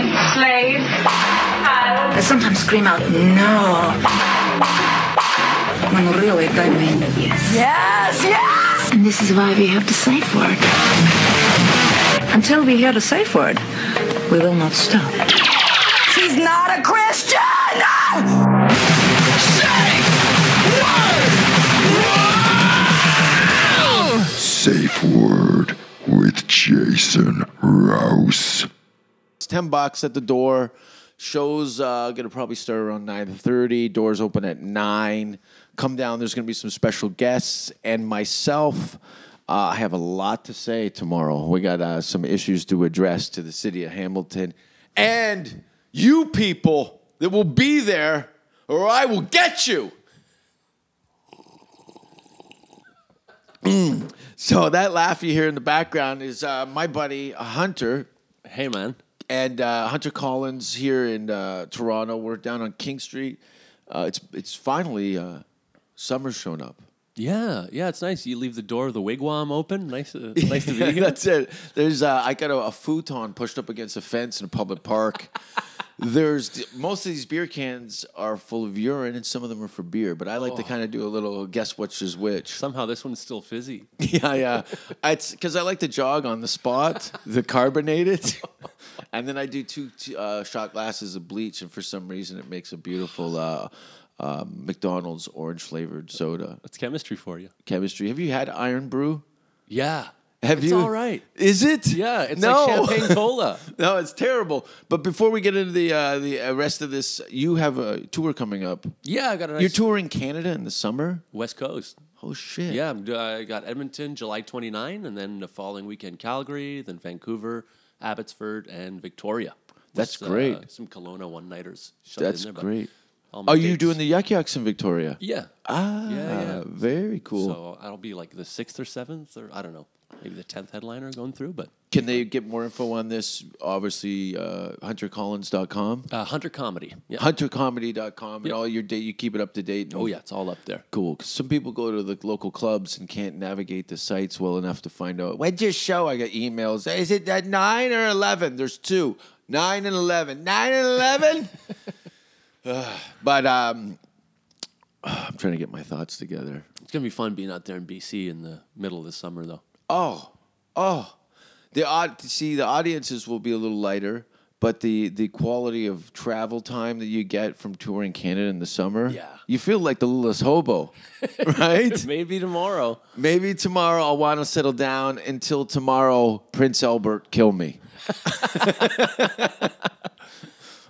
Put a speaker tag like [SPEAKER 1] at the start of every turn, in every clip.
[SPEAKER 1] slave, child.
[SPEAKER 2] I sometimes scream out, no. When really I mean, yes.
[SPEAKER 3] Yes, yes!
[SPEAKER 2] And this is why we have the safe word. Until we hear the safe word, we will not stop.
[SPEAKER 3] She's not a Christian! No!
[SPEAKER 4] Safe word with Jason Rouse.
[SPEAKER 5] It's ten bucks at the door. Show's uh, gonna probably start around nine thirty. Doors open at nine. Come down. There's gonna be some special guests and myself. Uh, I have a lot to say tomorrow. We got uh, some issues to address to the city of Hamilton and you people that will be there, or I will get you. Mm. So that laugh you hear in the background is uh, my buddy Hunter
[SPEAKER 6] Hey, man.
[SPEAKER 5] and uh, Hunter Collins here in uh, Toronto. We're down on King Street. Uh, it's it's finally uh, summer's shown up.
[SPEAKER 6] Yeah, yeah, it's nice. You leave the door of the wigwam open. Nice, uh, nice to be here.
[SPEAKER 5] That's it. There's uh, I got a, a futon pushed up against a fence in a public park. There's most of these beer cans are full of urine, and some of them are for beer. But I like to kind of do a little guess which is which.
[SPEAKER 6] Somehow this one's still fizzy.
[SPEAKER 5] Yeah, yeah. It's because I like to jog on the spot, the carbonated, and then I do two two, uh, shot glasses of bleach, and for some reason it makes a beautiful uh, uh, McDonald's orange flavored soda.
[SPEAKER 6] That's chemistry for you.
[SPEAKER 5] Chemistry. Have you had Iron Brew?
[SPEAKER 6] Yeah.
[SPEAKER 5] Have
[SPEAKER 6] it's
[SPEAKER 5] you?
[SPEAKER 6] all right.
[SPEAKER 5] Is it?
[SPEAKER 6] Yeah, it's
[SPEAKER 5] no.
[SPEAKER 6] like champagne cola.
[SPEAKER 5] no, it's terrible. But before we get into the uh, the uh, rest of this, you have a tour coming up.
[SPEAKER 6] Yeah, I got a nice
[SPEAKER 5] You're touring Canada in the summer.
[SPEAKER 6] West Coast.
[SPEAKER 5] Oh shit!
[SPEAKER 6] Yeah, I'm, do- I got Edmonton July 29, and then the following weekend Calgary, then Vancouver, Abbotsford, and Victoria.
[SPEAKER 5] That's
[SPEAKER 6] With, uh,
[SPEAKER 5] great.
[SPEAKER 6] some Kelowna one nighters.
[SPEAKER 5] that's
[SPEAKER 6] in there, but
[SPEAKER 5] great.
[SPEAKER 6] all my
[SPEAKER 5] Are you
[SPEAKER 6] dates-
[SPEAKER 5] doing the Yuck Yucks in Victoria?
[SPEAKER 6] Yeah.
[SPEAKER 5] Ah,
[SPEAKER 6] yeah.
[SPEAKER 5] very cool.
[SPEAKER 6] So I'll be like the sixth or seventh, or I don't know, maybe the tenth headliner going through, but
[SPEAKER 5] Can they get more info on this? Obviously, uh, huntercollins.com,
[SPEAKER 6] uh, Hunter Comedy. Yeah.
[SPEAKER 5] huntercomedy.com, and
[SPEAKER 6] Yep.
[SPEAKER 5] all your date. You keep it up to date. and-
[SPEAKER 6] Oh yeah, it's all up there.
[SPEAKER 5] Cool. 'Cause Some people go to the local clubs and can't navigate the sites well enough to find out. When's your show? I got emails. Is it at 9 or 11? There's two. 9 and 11. 9 and 11? Ugh. but um, I'm trying to get my thoughts together.
[SPEAKER 6] It's gonna be fun being out there in BC in the middle of the summer, though.
[SPEAKER 5] Oh, oh, the odd. See, the audiences will be a little lighter, but the the quality of travel time that you get from touring Canada in the summer,
[SPEAKER 6] Yeah.
[SPEAKER 5] you feel like the littlest hobo, right?
[SPEAKER 6] Maybe tomorrow.
[SPEAKER 5] Maybe tomorrow I'll want to settle down. Until tomorrow, Prince Albert, kill me.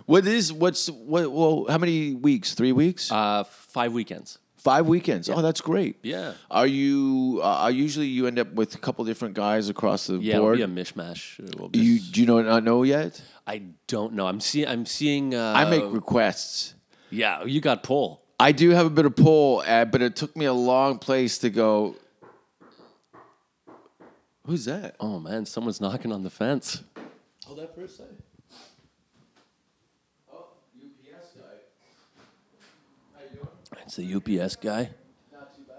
[SPEAKER 5] what is what's what? Well, how many weeks? Three weeks?
[SPEAKER 6] Uh, five weekends.
[SPEAKER 5] Five weekends. Oh, that's great.
[SPEAKER 6] Yeah.
[SPEAKER 5] Are you? Uh, are usually you end up with a couple different guys across the
[SPEAKER 6] Yeah,
[SPEAKER 5] board.
[SPEAKER 6] it'll be a mishmash. It will
[SPEAKER 5] You
[SPEAKER 6] just-
[SPEAKER 5] do you know not know yet?
[SPEAKER 6] I don't know. I'm seeing. I'm seeing. Uh,
[SPEAKER 5] I make requests.
[SPEAKER 6] Yeah, you got pull.
[SPEAKER 5] I do have a bit of pull, uh, but it took me a long place to go. Who's that?
[SPEAKER 6] Oh man, someone's knocking on the fence.
[SPEAKER 5] Hold that for a second. Oh, UPS guy. How you doing?
[SPEAKER 6] It's the UPS guy.
[SPEAKER 5] Not too bad.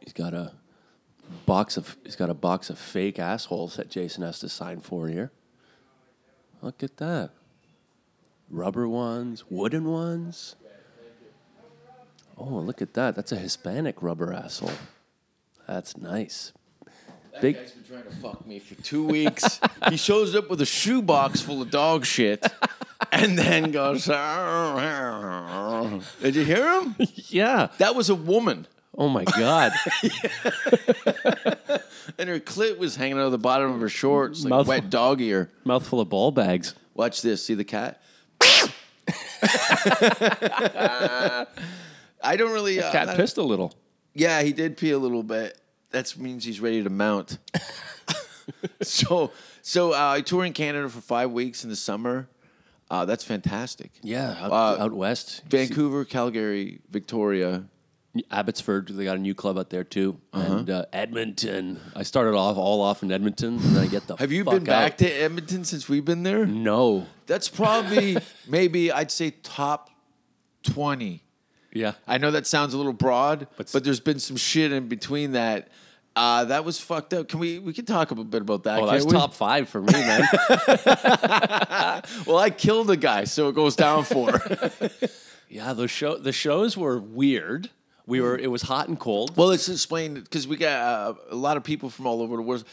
[SPEAKER 6] He's got a box of. He's got a box of fake assholes that Jason has to sign for here. Look at that. Rubber ones, wooden ones. Oh, look at that. That's a Hispanic rubber asshole. That's nice.
[SPEAKER 5] That
[SPEAKER 6] Big-
[SPEAKER 5] guy's been trying to fuck me for two weeks. he shows up with a shoebox full of dog shit, and then goes. Did you hear him?
[SPEAKER 6] Yeah.
[SPEAKER 5] That was a woman.
[SPEAKER 6] Oh my God.
[SPEAKER 5] and her clit was hanging out of the bottom of her shorts like
[SPEAKER 6] Mouth-
[SPEAKER 5] wet dog ear.
[SPEAKER 6] Mouthful of ball bags.
[SPEAKER 5] Watch this. See the cat? I don't really. Uh,
[SPEAKER 6] Cat
[SPEAKER 5] I-
[SPEAKER 6] pissed a little.
[SPEAKER 5] Yeah, he did pee a little bit. That means he's ready to mount. so, so uh, I tour in Canada for five weeks in the summer. Uh, that's fantastic.
[SPEAKER 6] Yeah, out,
[SPEAKER 5] Uh,
[SPEAKER 6] out west. You see-
[SPEAKER 5] Vancouver, Calgary, Victoria.
[SPEAKER 6] Abbotsford, they got a new club out there too.
[SPEAKER 5] Uh-huh.
[SPEAKER 6] And uh, Edmonton. I started off all off in Edmonton, and then I get the
[SPEAKER 5] Have you
[SPEAKER 6] fuck
[SPEAKER 5] been back
[SPEAKER 6] out. Mm.
[SPEAKER 5] to Edmonton since we've been there?
[SPEAKER 6] No.
[SPEAKER 5] That's probably maybe I'd say top twenty.
[SPEAKER 6] Yeah.
[SPEAKER 5] I know that sounds a little broad, but,
[SPEAKER 6] But-
[SPEAKER 5] there's been some shit in between that. Uh, that was fucked up. Can we? We can talk a bit about that.
[SPEAKER 6] Oh, that's
[SPEAKER 5] can't we?
[SPEAKER 6] top five for me, man.
[SPEAKER 5] Well, I killed a guy, so it goes down four.
[SPEAKER 6] yeah, the show the shows were weird. We were it was hot and cold.
[SPEAKER 5] Well, it's explained because we got uh, a lot of people from all over the world.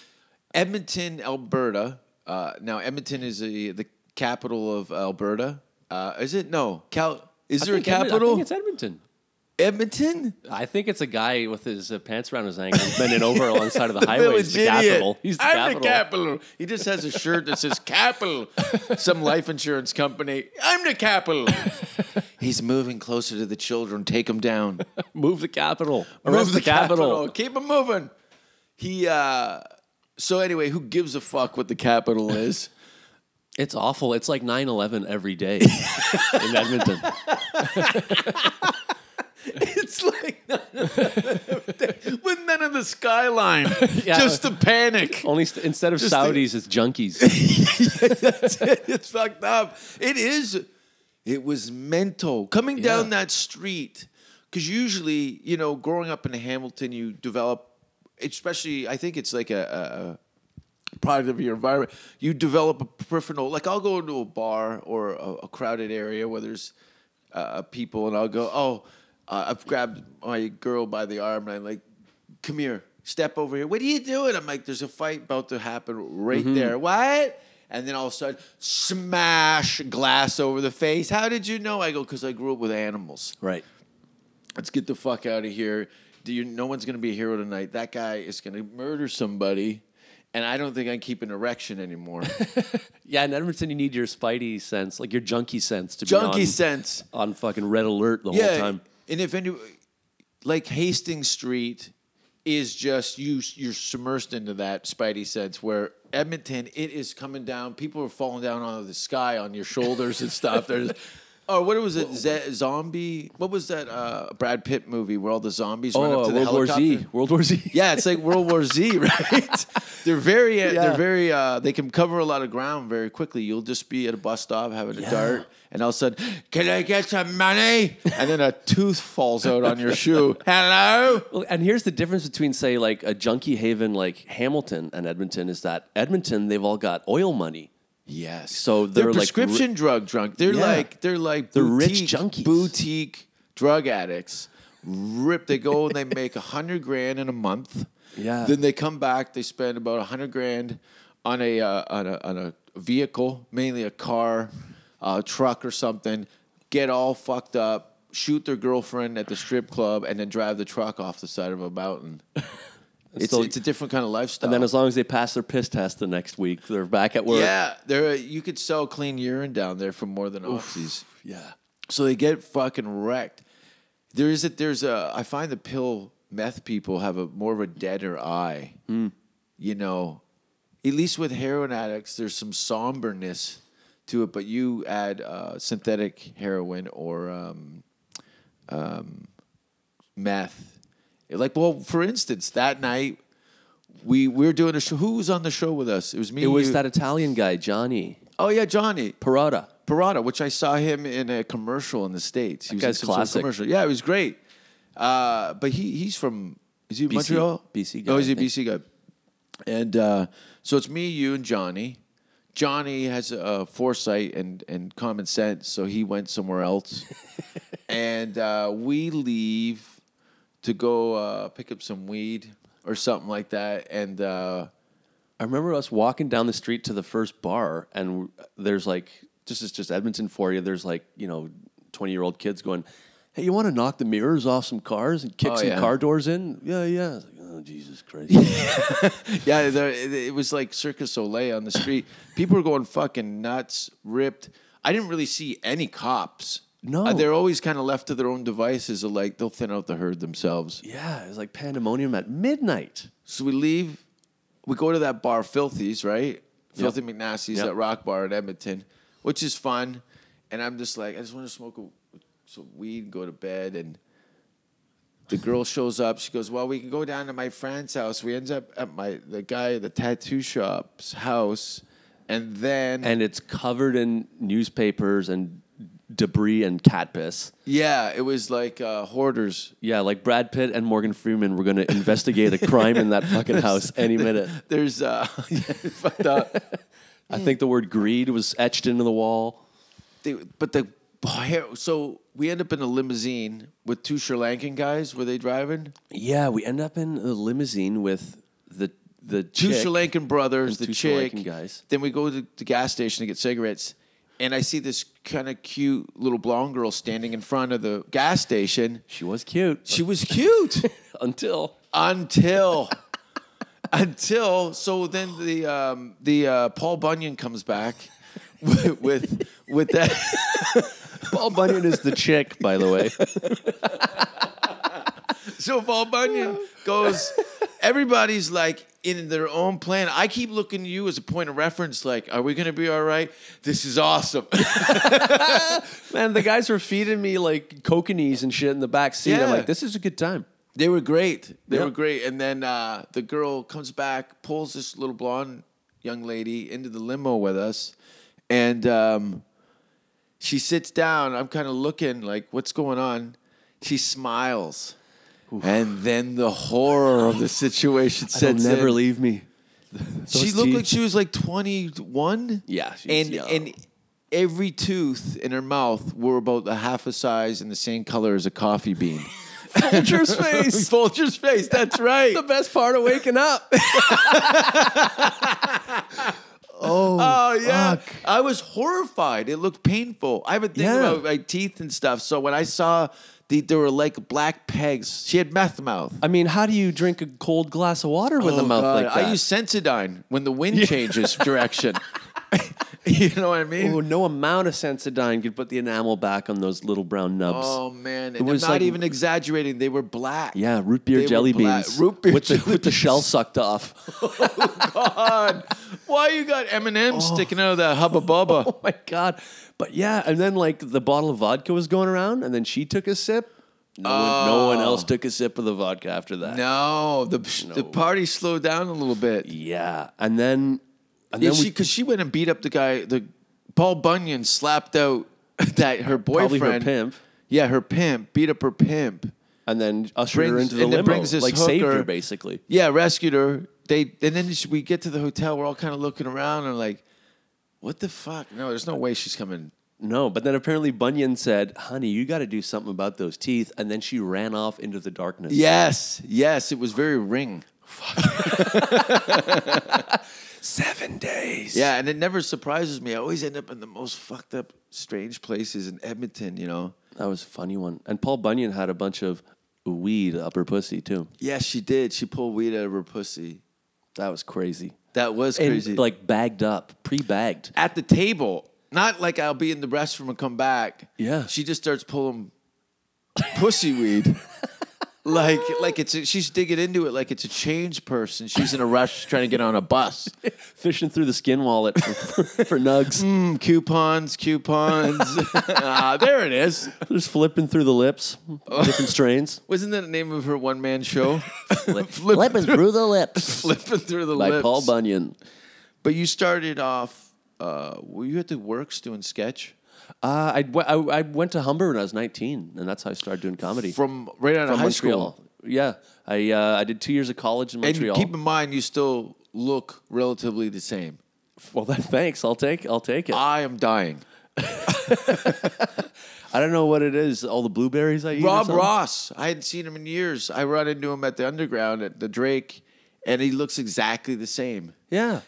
[SPEAKER 5] Edmonton, Alberta. Uh, now, Edmonton is a, the capital of Alberta. Uh, is it? No. Cal- is
[SPEAKER 6] I
[SPEAKER 5] there a
[SPEAKER 6] think Edmon-
[SPEAKER 5] capital?
[SPEAKER 6] I think it's Edmonton.
[SPEAKER 5] Edmonton?
[SPEAKER 6] I think it's a guy with his uh, pants around his ankles bending over alongside of the highway. He's the
[SPEAKER 5] idiot.
[SPEAKER 6] capital. He's the
[SPEAKER 5] I'm
[SPEAKER 6] capital.
[SPEAKER 5] the capital. He just has a shirt that says capital. Some life insurance company. I'm the capital. He's moving closer to the children. Take him down.
[SPEAKER 6] Move the capital.
[SPEAKER 5] Move
[SPEAKER 6] Arrest the, capital.
[SPEAKER 5] Keep him moving. He uh so anyway, who gives a fuck what the capital is?
[SPEAKER 6] It's awful. It's like 9-11 every day in Edmonton.
[SPEAKER 5] it's like with none of the skyline,
[SPEAKER 6] Yeah.
[SPEAKER 5] just the panic.
[SPEAKER 6] Only st- instead of
[SPEAKER 5] Just the-
[SPEAKER 6] Saudis, it's junkies.
[SPEAKER 5] it's fucked up. It is. It was mental coming down that street because usually, you know, growing up in Hamilton, you develop, especially. I think it's like a, a, a product of your environment. You develop a peripheral. Like I'll go into a bar or a, a crowded area where there's uh, people, and I'll go, "Oh, uh, I've grabbed my girl by the arm, and I'm like, come here." Step over here. What are you doing? I'm like, there's a fight about to happen right there. What? And then all of a sudden, smash glass over the face. How did you know? I go, because I grew up with animals.
[SPEAKER 6] right.
[SPEAKER 5] Let's get the fuck out of here. Do you, no one's going to be a hero tonight. That guy is going to murder somebody. And I don't think I can keep an erection anymore.
[SPEAKER 6] Yeah, in Edmonton, you need your spidey sense, like your junkie sense, to be
[SPEAKER 5] Junkie
[SPEAKER 6] on,
[SPEAKER 5] sense.
[SPEAKER 6] on fucking red alert the whole time.
[SPEAKER 5] And if any, like Hastings Street is just you, you're submersed into that spidey sense where Edmonton, it is coming down. People are falling down out of the sky on your shoulders and stuff. There's, oh, what was it? Z- zombie? What was that uh, Brad Pitt movie where all the zombies went up
[SPEAKER 6] Oh,
[SPEAKER 5] to the
[SPEAKER 6] World War
[SPEAKER 5] helicopter?
[SPEAKER 6] Z. World War Z.
[SPEAKER 5] Yeah, it's like World War Z, right? they're very, uh
[SPEAKER 6] Yeah.
[SPEAKER 5] they're very, uh, they can cover a lot of ground very quickly. You'll just be at a bus stop having a dart, and all of a sudden, can I get some money? And then a tooth falls out on your shoe. Hello?
[SPEAKER 6] Well, and here's the difference between, say, like a junkie haven like Hamilton and Edmonton is that Edmonton, they've all got oil money.
[SPEAKER 5] Yes.
[SPEAKER 6] So
[SPEAKER 5] they're,
[SPEAKER 6] they're like
[SPEAKER 5] prescription drug drunk. They're
[SPEAKER 6] Yeah.
[SPEAKER 5] like, they're like,
[SPEAKER 6] They're rich
[SPEAKER 5] boutique,
[SPEAKER 6] junkies.
[SPEAKER 5] Boutique drug addicts. Rip, they go and they make a hundred grand in a month.
[SPEAKER 6] Yeah.
[SPEAKER 5] Then they come back. They spend about a hundred grand on a, uh, on a on a vehicle, mainly a car, uh, truck or something. Get all fucked up, shoot their girlfriend at the strip club, and then drive the truck off the side of a mountain. it's,
[SPEAKER 6] So-
[SPEAKER 5] it's a different kind of lifestyle.
[SPEAKER 6] And then as long as they pass their piss test the next week, they're back at work.
[SPEAKER 5] yeah, there you could sell clean urine down there for more than oxys.
[SPEAKER 6] Yeah.
[SPEAKER 5] So they get fucking wrecked. There is a there's a I find the pill meth people have a more of a deader eye.
[SPEAKER 6] Hmm.
[SPEAKER 5] You know, at least with heroin addicts, there's some somberness to it, but you add uh, synthetic heroin or um, um, meth. Like, well, for instance, that night we, we were doing a show. Who was on the show with us? It was me.
[SPEAKER 6] It was
[SPEAKER 5] you-
[SPEAKER 6] that Italian guy, Johnny
[SPEAKER 5] Oh yeah, Johnny.
[SPEAKER 6] Parada.
[SPEAKER 5] Parada, which I saw him in a commercial in the states. He was in
[SPEAKER 6] guy's
[SPEAKER 5] some sort of
[SPEAKER 6] classic.
[SPEAKER 5] commercial. Yeah, it was great. Uh, but he he's from is he
[SPEAKER 6] BC?
[SPEAKER 5] Montreal?
[SPEAKER 6] BC guy,
[SPEAKER 5] Oh, he's
[SPEAKER 6] I
[SPEAKER 5] a
[SPEAKER 6] think.
[SPEAKER 5] BC guy. And uh, so it's me, you, and Johnny. Johnny has uh, foresight and and common sense, so he went somewhere else. and uh, we leave to go uh, pick up some weed or something like that, and. Uh,
[SPEAKER 6] I remember us walking down the street to the first bar, and there's like, this is just Edmonton for you. There's like, you know, 20 year old kids going, Hey, you want to knock the mirrors off some cars and kick
[SPEAKER 5] Oh,
[SPEAKER 6] some
[SPEAKER 5] yeah.
[SPEAKER 6] car doors in? Yeah, yeah. I was like, oh, Jesus Christ.
[SPEAKER 5] Yeah, there, it, it was like Circus Soleil on the street. People were going fucking nuts, ripped. I didn't really see any cops.
[SPEAKER 6] No.
[SPEAKER 5] Uh, they're always kind of left to their own devices. Of like they'll thin out the herd themselves.
[SPEAKER 6] yeah, it was like pandemonium at midnight.
[SPEAKER 5] So we leave. We go to that bar, Filthy's, right? Filthy McNasty's,
[SPEAKER 6] Yep.
[SPEAKER 5] that rock bar in Edmonton, which is fun. And I'm just like, I just want to smoke a, some weed, and go to bed. And the girl shows up. She goes, "Well, we can go down to my friend's house." We ends up at my the guy at the tattoo shop's house, and then
[SPEAKER 6] and it's covered in newspapers and debris and cat piss.
[SPEAKER 5] Yeah, it was like uh, hoarders.
[SPEAKER 6] Yeah, like Brad Pitt and Morgan Freeman were going to investigate a crime in that fucking house any minute.
[SPEAKER 5] There's uh, yeah, it's fucked up.
[SPEAKER 6] I think the word greed was etched into the wall.
[SPEAKER 5] They, but the hair- so we end up in a limousine with two Sri Lankan guys. Were they driving?
[SPEAKER 6] Yeah, we end up in a limousine with the the
[SPEAKER 5] Two
[SPEAKER 6] chick.
[SPEAKER 5] Sri Lankan brothers,
[SPEAKER 6] and
[SPEAKER 5] the
[SPEAKER 6] two Sri
[SPEAKER 5] chick.
[SPEAKER 6] Lankan guys.
[SPEAKER 5] Then we go to the gas station to get cigarettes, and I see this kind of cute little blonde girl standing in front of the gas station.
[SPEAKER 6] She was cute
[SPEAKER 5] She was cute.
[SPEAKER 6] until
[SPEAKER 5] until until so then the um, the uh, Paul Bunyan comes back with with, with that
[SPEAKER 6] Paul Bunyan is the chick, by the way.
[SPEAKER 5] so Paul Bunyan goes everybody's like in their own plan I keep looking to you as a point of reference like are we gonna be all right this is awesome
[SPEAKER 6] Man, the guys were feeding me like coconuts and shit in the back seat.
[SPEAKER 5] Yeah.
[SPEAKER 6] I'm like, this is a good time.
[SPEAKER 5] They were great. They
[SPEAKER 6] Yep.
[SPEAKER 5] were great. And then uh, the girl comes back, pulls this little blonde young lady into the limo with us, and um, she sits down. I'm kind of looking like, what's going on? She smiles. And then the horror of the situation
[SPEAKER 6] They'll
[SPEAKER 5] sets
[SPEAKER 6] never
[SPEAKER 5] in.
[SPEAKER 6] leave me.
[SPEAKER 5] She
[SPEAKER 6] Those
[SPEAKER 5] looked
[SPEAKER 6] teeth.
[SPEAKER 5] like she was like 21.
[SPEAKER 6] Yeah, she was
[SPEAKER 5] and
[SPEAKER 6] young.
[SPEAKER 5] and every tooth in her mouth were about a half a size and the same color as a coffee bean.
[SPEAKER 6] Vulture's face.
[SPEAKER 5] Vulture's face. That's right.
[SPEAKER 6] the best part of waking up.
[SPEAKER 5] Oh yeah, I was horrified. It looked painful. I have a thing
[SPEAKER 6] Yeah.
[SPEAKER 5] about my teeth and stuff. So when I saw the, there were like black pegs. She had meth mouth.
[SPEAKER 6] I mean, how do you drink a cold glass of water with a mouth
[SPEAKER 5] God,
[SPEAKER 6] like that?
[SPEAKER 5] I use Sensodyne when the wind changes direction. you know what I mean?
[SPEAKER 6] oh, no amount of Sensodyne could put the enamel back on those little brown nubs.
[SPEAKER 5] Oh man, and
[SPEAKER 6] It
[SPEAKER 5] I'm
[SPEAKER 6] was
[SPEAKER 5] not
[SPEAKER 6] like-
[SPEAKER 5] even exaggerating. They were black.
[SPEAKER 6] yeah, root beer
[SPEAKER 5] They were
[SPEAKER 6] jelly
[SPEAKER 5] black.
[SPEAKER 6] beans.
[SPEAKER 5] Root beer
[SPEAKER 6] with the,
[SPEAKER 5] jelly
[SPEAKER 6] with the shell sucked off.
[SPEAKER 5] God, why you got M and M's sticking out of that hubba bubba?
[SPEAKER 6] oh my god! But yeah, and then like the bottle of vodka was going around, and then she took a sip. No, one, no one else took a sip of the vodka after that.
[SPEAKER 5] Oh. No, the the
[SPEAKER 6] No.
[SPEAKER 5] party slowed down a little bit.
[SPEAKER 6] Yeah, and then and
[SPEAKER 5] Yeah,
[SPEAKER 6] then
[SPEAKER 5] she
[SPEAKER 6] we
[SPEAKER 5] because she went and beat up the guy. The Paul Bunyan slapped out that her boyfriend,
[SPEAKER 6] probably her pimp,
[SPEAKER 5] Yeah, her pimp beat up her pimp.
[SPEAKER 6] and then ushered her
[SPEAKER 5] Brings-
[SPEAKER 6] into the
[SPEAKER 5] and then
[SPEAKER 6] limo,
[SPEAKER 5] brings this
[SPEAKER 6] like saved
[SPEAKER 5] hooker-
[SPEAKER 6] her basically.
[SPEAKER 5] Yeah, rescued her. They and then she- we get to the hotel. We're all kind of looking around and like, what the fuck? No, there's no way she's coming.
[SPEAKER 6] No, but then apparently Bunyan said, "Honey, you got to do something about those teeth," and then she ran off into the darkness.
[SPEAKER 5] Yes, yes, it was very ring.
[SPEAKER 6] seven days.
[SPEAKER 5] Yeah, and it never surprises me. I always end up in the most fucked up, strange places in Edmonton. You know.
[SPEAKER 6] that was a funny one. And Paul Bunyan had a bunch of weed up her pussy too.
[SPEAKER 5] Yes, she did. She pulled weed out of her pussy.
[SPEAKER 6] That was crazy.
[SPEAKER 5] That was crazy.
[SPEAKER 6] And like bagged up, pre-bagged.
[SPEAKER 5] at the table. Not like I'll be in the restroom and come back.
[SPEAKER 6] Yeah.
[SPEAKER 5] She just starts pulling pussy weed. Like, like it's a, she's digging into it like it's a change person. She's in a rush trying to get on a bus.
[SPEAKER 6] Fishing through the skin wallet for, for nugs.
[SPEAKER 5] Mm, coupons, coupons. ah, there it is.
[SPEAKER 6] Just flipping through the lips, different strains.
[SPEAKER 5] Wasn't that the name of her one man show?
[SPEAKER 6] Flip,
[SPEAKER 5] Flipping
[SPEAKER 6] flipping through, the lips.
[SPEAKER 5] Flipping through the
[SPEAKER 6] By
[SPEAKER 5] lips.
[SPEAKER 6] Paul Bunyan.
[SPEAKER 5] But you started off. Uh, were you at the works doing sketch
[SPEAKER 6] Uh, I, w- I- I went to Humber when I was 19, and that's how I started doing comedy.
[SPEAKER 5] from right out of
[SPEAKER 6] From
[SPEAKER 5] high
[SPEAKER 6] Montreal.
[SPEAKER 5] school?
[SPEAKER 6] Yeah. I, uh, I did two years of college in Montreal.
[SPEAKER 5] And keep in mind, you still look relatively the same.
[SPEAKER 6] well, that, thanks. I'll take, I'll take it.
[SPEAKER 5] I am dying.
[SPEAKER 6] I don't know what it is, all the blueberries I eat. or
[SPEAKER 5] Rob
[SPEAKER 6] something.
[SPEAKER 5] Ross. I hadn't seen him in years. I run into him at the underground at the Drake, and he looks exactly the same.
[SPEAKER 6] Yeah.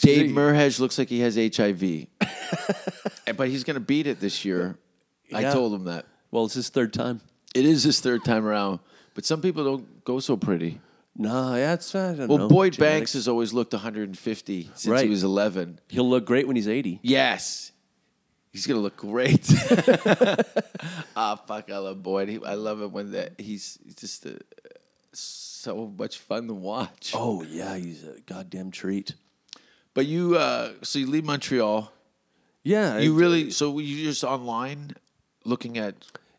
[SPEAKER 5] Dave
[SPEAKER 6] He-
[SPEAKER 5] Merhej looks like he has HIV, And- but he's going to beat it this year. I
[SPEAKER 6] Yeah.
[SPEAKER 5] told him that.
[SPEAKER 6] Well, it's his third time.
[SPEAKER 5] It is his third time around, but some people don't go so pretty.
[SPEAKER 6] No, yeah, it's, I don't
[SPEAKER 5] Well,
[SPEAKER 6] know.
[SPEAKER 5] Boyd Banks
[SPEAKER 6] Genetics.
[SPEAKER 5] has always looked 150 since
[SPEAKER 6] Right.
[SPEAKER 5] he was 11.
[SPEAKER 6] He'll look great when he's 80.
[SPEAKER 5] Yes. He's gonna look great. Ah, fuck! I love Boyd. He, I love it when that he's he's just uh, so much fun to watch.
[SPEAKER 6] Oh, yeah, he's a goddamn treat.
[SPEAKER 5] But you, uh, so you leave Montreal.
[SPEAKER 6] Yeah.
[SPEAKER 5] You
[SPEAKER 6] I-
[SPEAKER 5] really? So were you just online, looking at?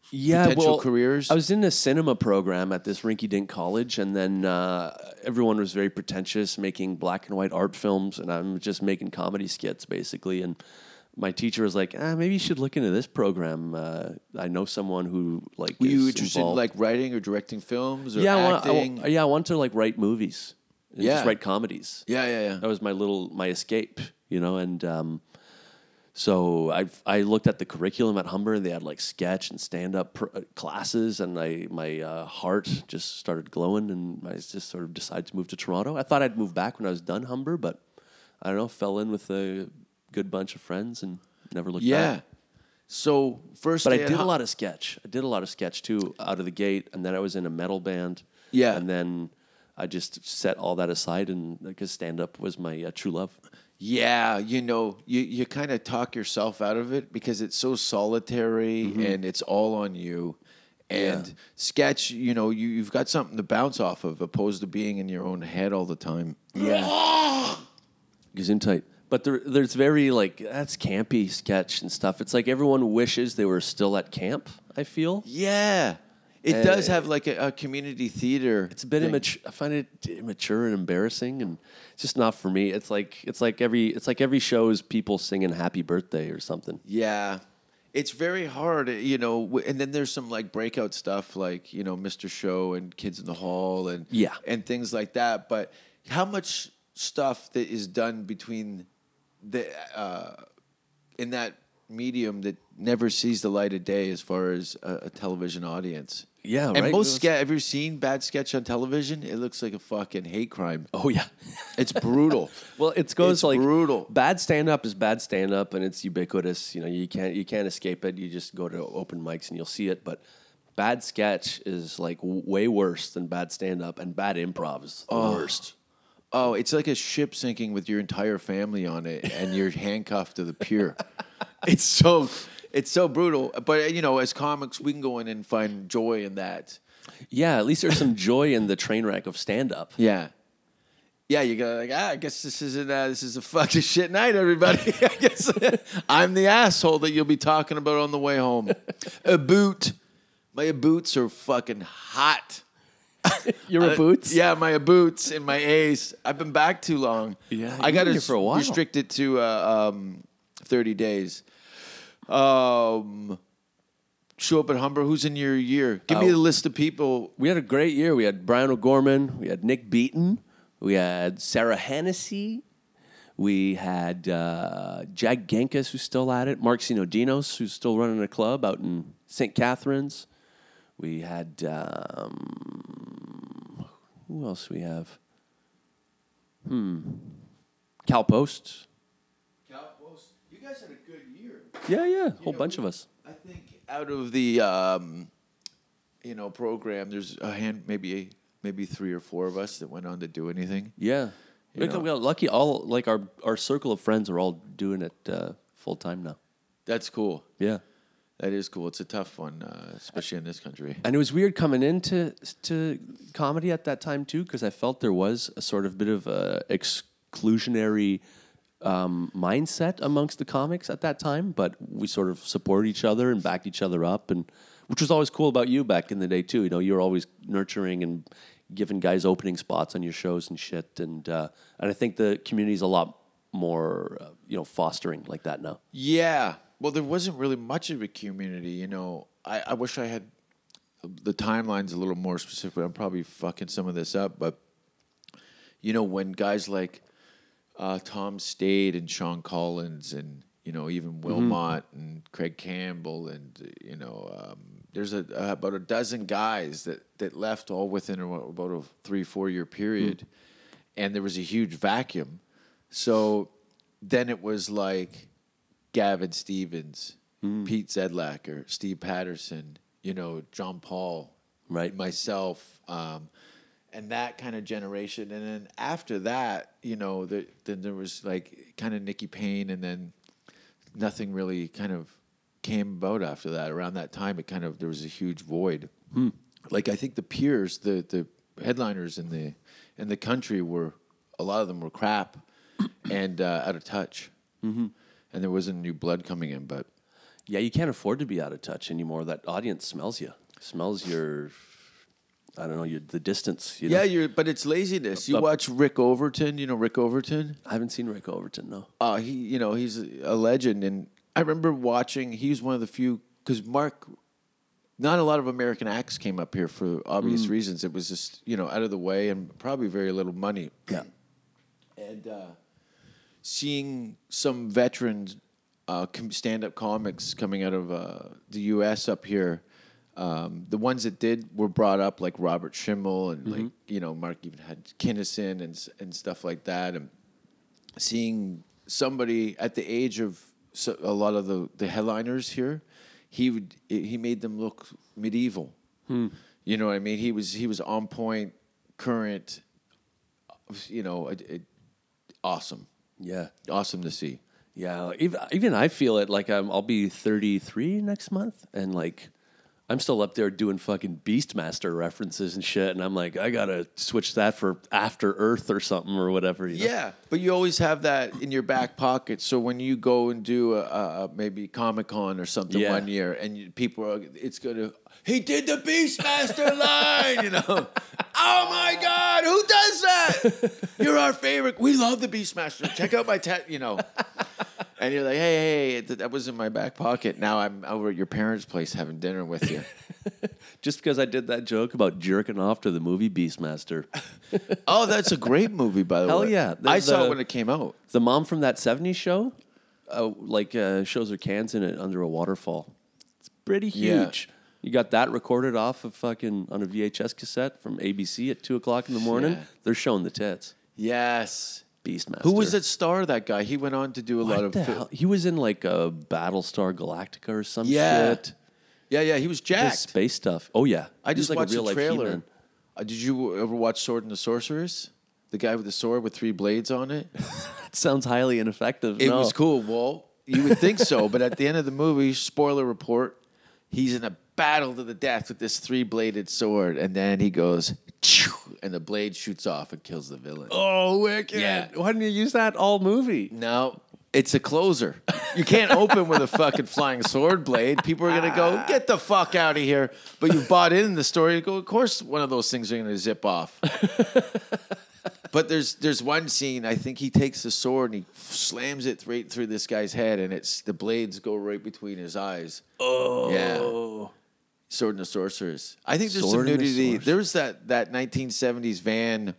[SPEAKER 6] yeah,
[SPEAKER 5] potential
[SPEAKER 6] well,
[SPEAKER 5] careers?
[SPEAKER 6] I was in a cinema program at this rinky-dink college, and then uh, everyone was very pretentious, making black and white art films, and I'm just making comedy skits basically. And my teacher was like, ah, maybe you should look into this program. Uh, I know someone who like
[SPEAKER 5] Were you
[SPEAKER 6] is
[SPEAKER 5] interested
[SPEAKER 6] involved.
[SPEAKER 5] in like writing or directing films or
[SPEAKER 6] yeah, I want, I,
[SPEAKER 5] acting?
[SPEAKER 6] wa- yeah, I wanted to like write movies, and
[SPEAKER 5] Yeah.
[SPEAKER 6] just write comedies.
[SPEAKER 5] yeah, yeah, yeah.
[SPEAKER 6] that was my little my escape, you know. And um, so I I looked at the curriculum at Humber, and they had like sketch and stand up pr- uh, classes, and I my uh, heart just started glowing, and I just sort of decided to move to Toronto. I thought I'd move back when I was done Humber, but I don't know, fell in with a good bunch of friends and never looked
[SPEAKER 5] Yeah.
[SPEAKER 6] back.
[SPEAKER 5] So first,
[SPEAKER 6] But I
[SPEAKER 5] day at
[SPEAKER 6] did a
[SPEAKER 5] Hum-
[SPEAKER 6] lot of sketch. I did a lot of sketch too out of the gate, and then I was in a metal band.
[SPEAKER 5] Yeah.
[SPEAKER 6] and then. I just set all that aside, and because stand up was my uh, true love.
[SPEAKER 5] Yeah, you know, you, you kind of talk yourself out of it because it's so solitary and it's all on you. And
[SPEAKER 6] Mm-hmm. Yeah.
[SPEAKER 5] sketch, you know, you, you've got something to bounce off of opposed to being in your own head all the time.
[SPEAKER 6] Gesundheit. But there, there's very like that's campy sketch and stuff. It's like everyone wishes they were still at camp. I feel
[SPEAKER 5] Yeah. It does have like a, a community theater.
[SPEAKER 6] it's a bit immature. I find it immature and embarrassing, and it's just not for me. It's like it's like every it's like every show is people singing Happy Birthday or something.
[SPEAKER 5] Yeah. It's very hard, you know, w- and then there's some like breakout stuff like, you know, Mr. Show and Kids in the Hall and
[SPEAKER 6] Yeah.
[SPEAKER 5] and things like that, but how much stuff that is done between the uh in that medium that never sees the light of day as far as a, a television audience.
[SPEAKER 6] Yeah,
[SPEAKER 5] and
[SPEAKER 6] right.
[SPEAKER 5] most
[SPEAKER 6] Those-
[SPEAKER 5] sketch. Have you seen bad sketch on television? It looks like a fucking hate crime.
[SPEAKER 6] Oh yeah.
[SPEAKER 5] It's brutal.
[SPEAKER 6] Well, it goes
[SPEAKER 5] It's
[SPEAKER 6] like
[SPEAKER 5] brutal.
[SPEAKER 6] Bad stand up is bad stand up, and it's ubiquitous. You know, you can't you can't escape it. You just go to open mics and you'll see it. But bad sketch is like w- way worse than bad stand up, and bad improv is the worst.
[SPEAKER 5] Oh, it's like a ship sinking with your entire family on it, and you're handcuffed to the pier. It's so, it's so brutal. But you know, as comics, we can go in and find joy in that.
[SPEAKER 6] Yeah, at least there's some joy in the train wreck of stand up.
[SPEAKER 5] Yeah, yeah. You go like, ah, I guess this isn't. Uh, this is a fucking shit night, everybody. I guess I'm the asshole that you'll be talking about on the way home. a boot. My boots are fucking hot.
[SPEAKER 6] You're
[SPEAKER 5] Uh, Yeah, my boots and my A's. I've been back too long.
[SPEAKER 6] Yeah,
[SPEAKER 5] I
[SPEAKER 6] you've
[SPEAKER 5] got
[SPEAKER 6] been here for a while.
[SPEAKER 5] restricted to uh, um, thirty days. Um, show up at Humber. Who's in your year? Give me
[SPEAKER 6] Oh.
[SPEAKER 5] the list of people.
[SPEAKER 6] We had a great year. We had Brian O'Gorman, we had Nick Beaton, we had Sarah Hennessy, we had uh, Jack Genkas, who's still at it, Mark Sinodinos, who's still running a club out in St. Catharines. We had, um, who else we have? Hmm. Cal Post.
[SPEAKER 5] You guys had a good year.
[SPEAKER 6] Yeah, yeah, a whole bunch of us.
[SPEAKER 5] I think out of the um, you know program, there's a hand maybe maybe three or four of us that went on to do anything.
[SPEAKER 6] Yeah.
[SPEAKER 5] You
[SPEAKER 6] We got,
[SPEAKER 5] know.
[SPEAKER 6] we got lucky. All like our, our circle of friends are all doing it uh, full time now.
[SPEAKER 5] That's cool.
[SPEAKER 6] Yeah.
[SPEAKER 5] That is cool. It's a tough one, uh, especially in this country.
[SPEAKER 6] And it was weird coming into to comedy at that time too, because I felt there was a sort of bit of a exclusionary um, mindset amongst the comics at that time. But we sort of supported each other and backed each other up, and which was always cool about you back in the day too. You know, you were always nurturing and giving guys opening spots on your shows and shit. And uh, and I think the community's a lot more uh, you know fostering like that now.
[SPEAKER 5] Yeah. Well, there wasn't really much of a community, you know. I, I wish I had the timelines a little more specifically. I'm probably fucking some of this up, but you know, when guys like uh, Tom Stade and Sean Collins and you know even Wilmot and Craig Campbell and you know um, there's a, uh, about a dozen guys that that left all within a- about a three four year period, and there was a huge vacuum. So then it was like Gavin Stevens, Pete Zedlacker, Steve Patterson, you know John Paul,
[SPEAKER 6] Right.
[SPEAKER 5] myself um, and that kind of generation and then after that you know the, then there was like kind of nicky payne and then nothing really kind of came about after that around that time it kind of there was a huge void like i think the peers the the headliners in the in the country were a lot of them were crap and uh, out of touch mm-hmm. and there wasn't new blood coming in but
[SPEAKER 6] Yeah, you can't afford to be out of touch anymore. That audience smells you, smells your I don't know you, the distance. You know?
[SPEAKER 5] Yeah, you're, but it's laziness. You
[SPEAKER 6] Uh,
[SPEAKER 5] watch Rick Overton. You know Rick Overton.
[SPEAKER 6] I haven't seen Rick Overton though.
[SPEAKER 5] uh, he you know he's a legend and i remember watching he was one of the few because mark not a lot of american acts came up here for obvious reasons it was just you know out of the way and probably very little money
[SPEAKER 6] Yeah,
[SPEAKER 5] and uh, seeing some veteran uh, com- stand-up comics coming out of uh, the U.S. up here, um, the ones that did were brought up like Robert Schimmel and like you know Mark even had Kinnison and s- and stuff like that, and seeing somebody at the age of so, a lot of the, the headliners here, he would he made them look medieval. You know what I mean? He was he was on point, current, you know, it, it, awesome,
[SPEAKER 6] yeah,
[SPEAKER 5] awesome to see.
[SPEAKER 6] yeah. like, Even even I feel it. Like I'm, I'll be 33 next month, and like I'm still up there doing fucking Beastmaster references and shit. And I'm like, I gotta switch that for After Earth or something or whatever. You know?
[SPEAKER 5] Yeah, but you always have that in your back pocket. So when you go and do a, a, a maybe Comic Con or something
[SPEAKER 6] Yeah.
[SPEAKER 5] one year, and you, people are, it's gonna, he did the Beastmaster line, you know. Oh my God, who does that? You're our favorite. We love the Beastmaster. Check out my tat, you know. And you're like, hey, hey, hey, that was in my back pocket. Now I'm over at your parents' place having dinner with you.
[SPEAKER 6] Just because I did that joke about jerking off to the movie Beastmaster.
[SPEAKER 5] oh, that's a great movie, by the
[SPEAKER 6] Hell
[SPEAKER 5] way.
[SPEAKER 6] yeah. The-
[SPEAKER 5] I saw
[SPEAKER 6] the-
[SPEAKER 5] it when it came out.
[SPEAKER 6] The mom from that 70s show, uh, like, uh, shows her cans in it under a waterfall. It's pretty
[SPEAKER 5] Yeah.
[SPEAKER 6] huge. You got that recorded off of fucking on a VHS cassette from ABC at two o'clock in the morning.
[SPEAKER 5] Yeah.
[SPEAKER 6] They're showing the tits.
[SPEAKER 5] Yes.
[SPEAKER 6] Beastmaster.
[SPEAKER 5] Who was that star? That guy. He went on to do a lot
[SPEAKER 6] What
[SPEAKER 5] of.
[SPEAKER 6] the
[SPEAKER 5] fi-
[SPEAKER 6] hell? He was in like a Battlestar Galactica or some
[SPEAKER 5] Yeah.
[SPEAKER 6] shit.
[SPEAKER 5] Yeah, yeah. He was
[SPEAKER 6] His
[SPEAKER 5] jacked.
[SPEAKER 6] space stuff. Oh yeah.
[SPEAKER 5] I
[SPEAKER 6] He was
[SPEAKER 5] just watched the
[SPEAKER 6] real-life
[SPEAKER 5] trailer.
[SPEAKER 6] He-Man.
[SPEAKER 5] Uh, did you ever watch Sword and the Sorceress? The guy with the sword with three blades on it.
[SPEAKER 6] That sounds highly ineffective.
[SPEAKER 5] It
[SPEAKER 6] No.
[SPEAKER 5] was cool. Well, you would think so, but at the end of the movie, spoiler report, he's in a battle to the death with this three bladed sword, and then he goes, "Chew," and the blade shoots off and kills the villain.
[SPEAKER 6] Oh wicked.
[SPEAKER 5] Yeah.
[SPEAKER 6] Why didn't you use that all movie?
[SPEAKER 5] No, it's a closer. You can't open with a fucking flying sword blade. People are gonna go,
[SPEAKER 6] Ah.
[SPEAKER 5] get the fuck out of here. But you bought in the story. You go, of course, one of those things are gonna zip off. but there's there's one scene. I think he takes the sword and he slams it right through this guy's head, and it's the blades go right between his eyes. Oh, yeah. Sword and the Sorcerers. I think there's
[SPEAKER 6] Sword
[SPEAKER 5] some
[SPEAKER 6] and the
[SPEAKER 5] nudity.
[SPEAKER 6] Sorceress.
[SPEAKER 5] there was that that 1970s van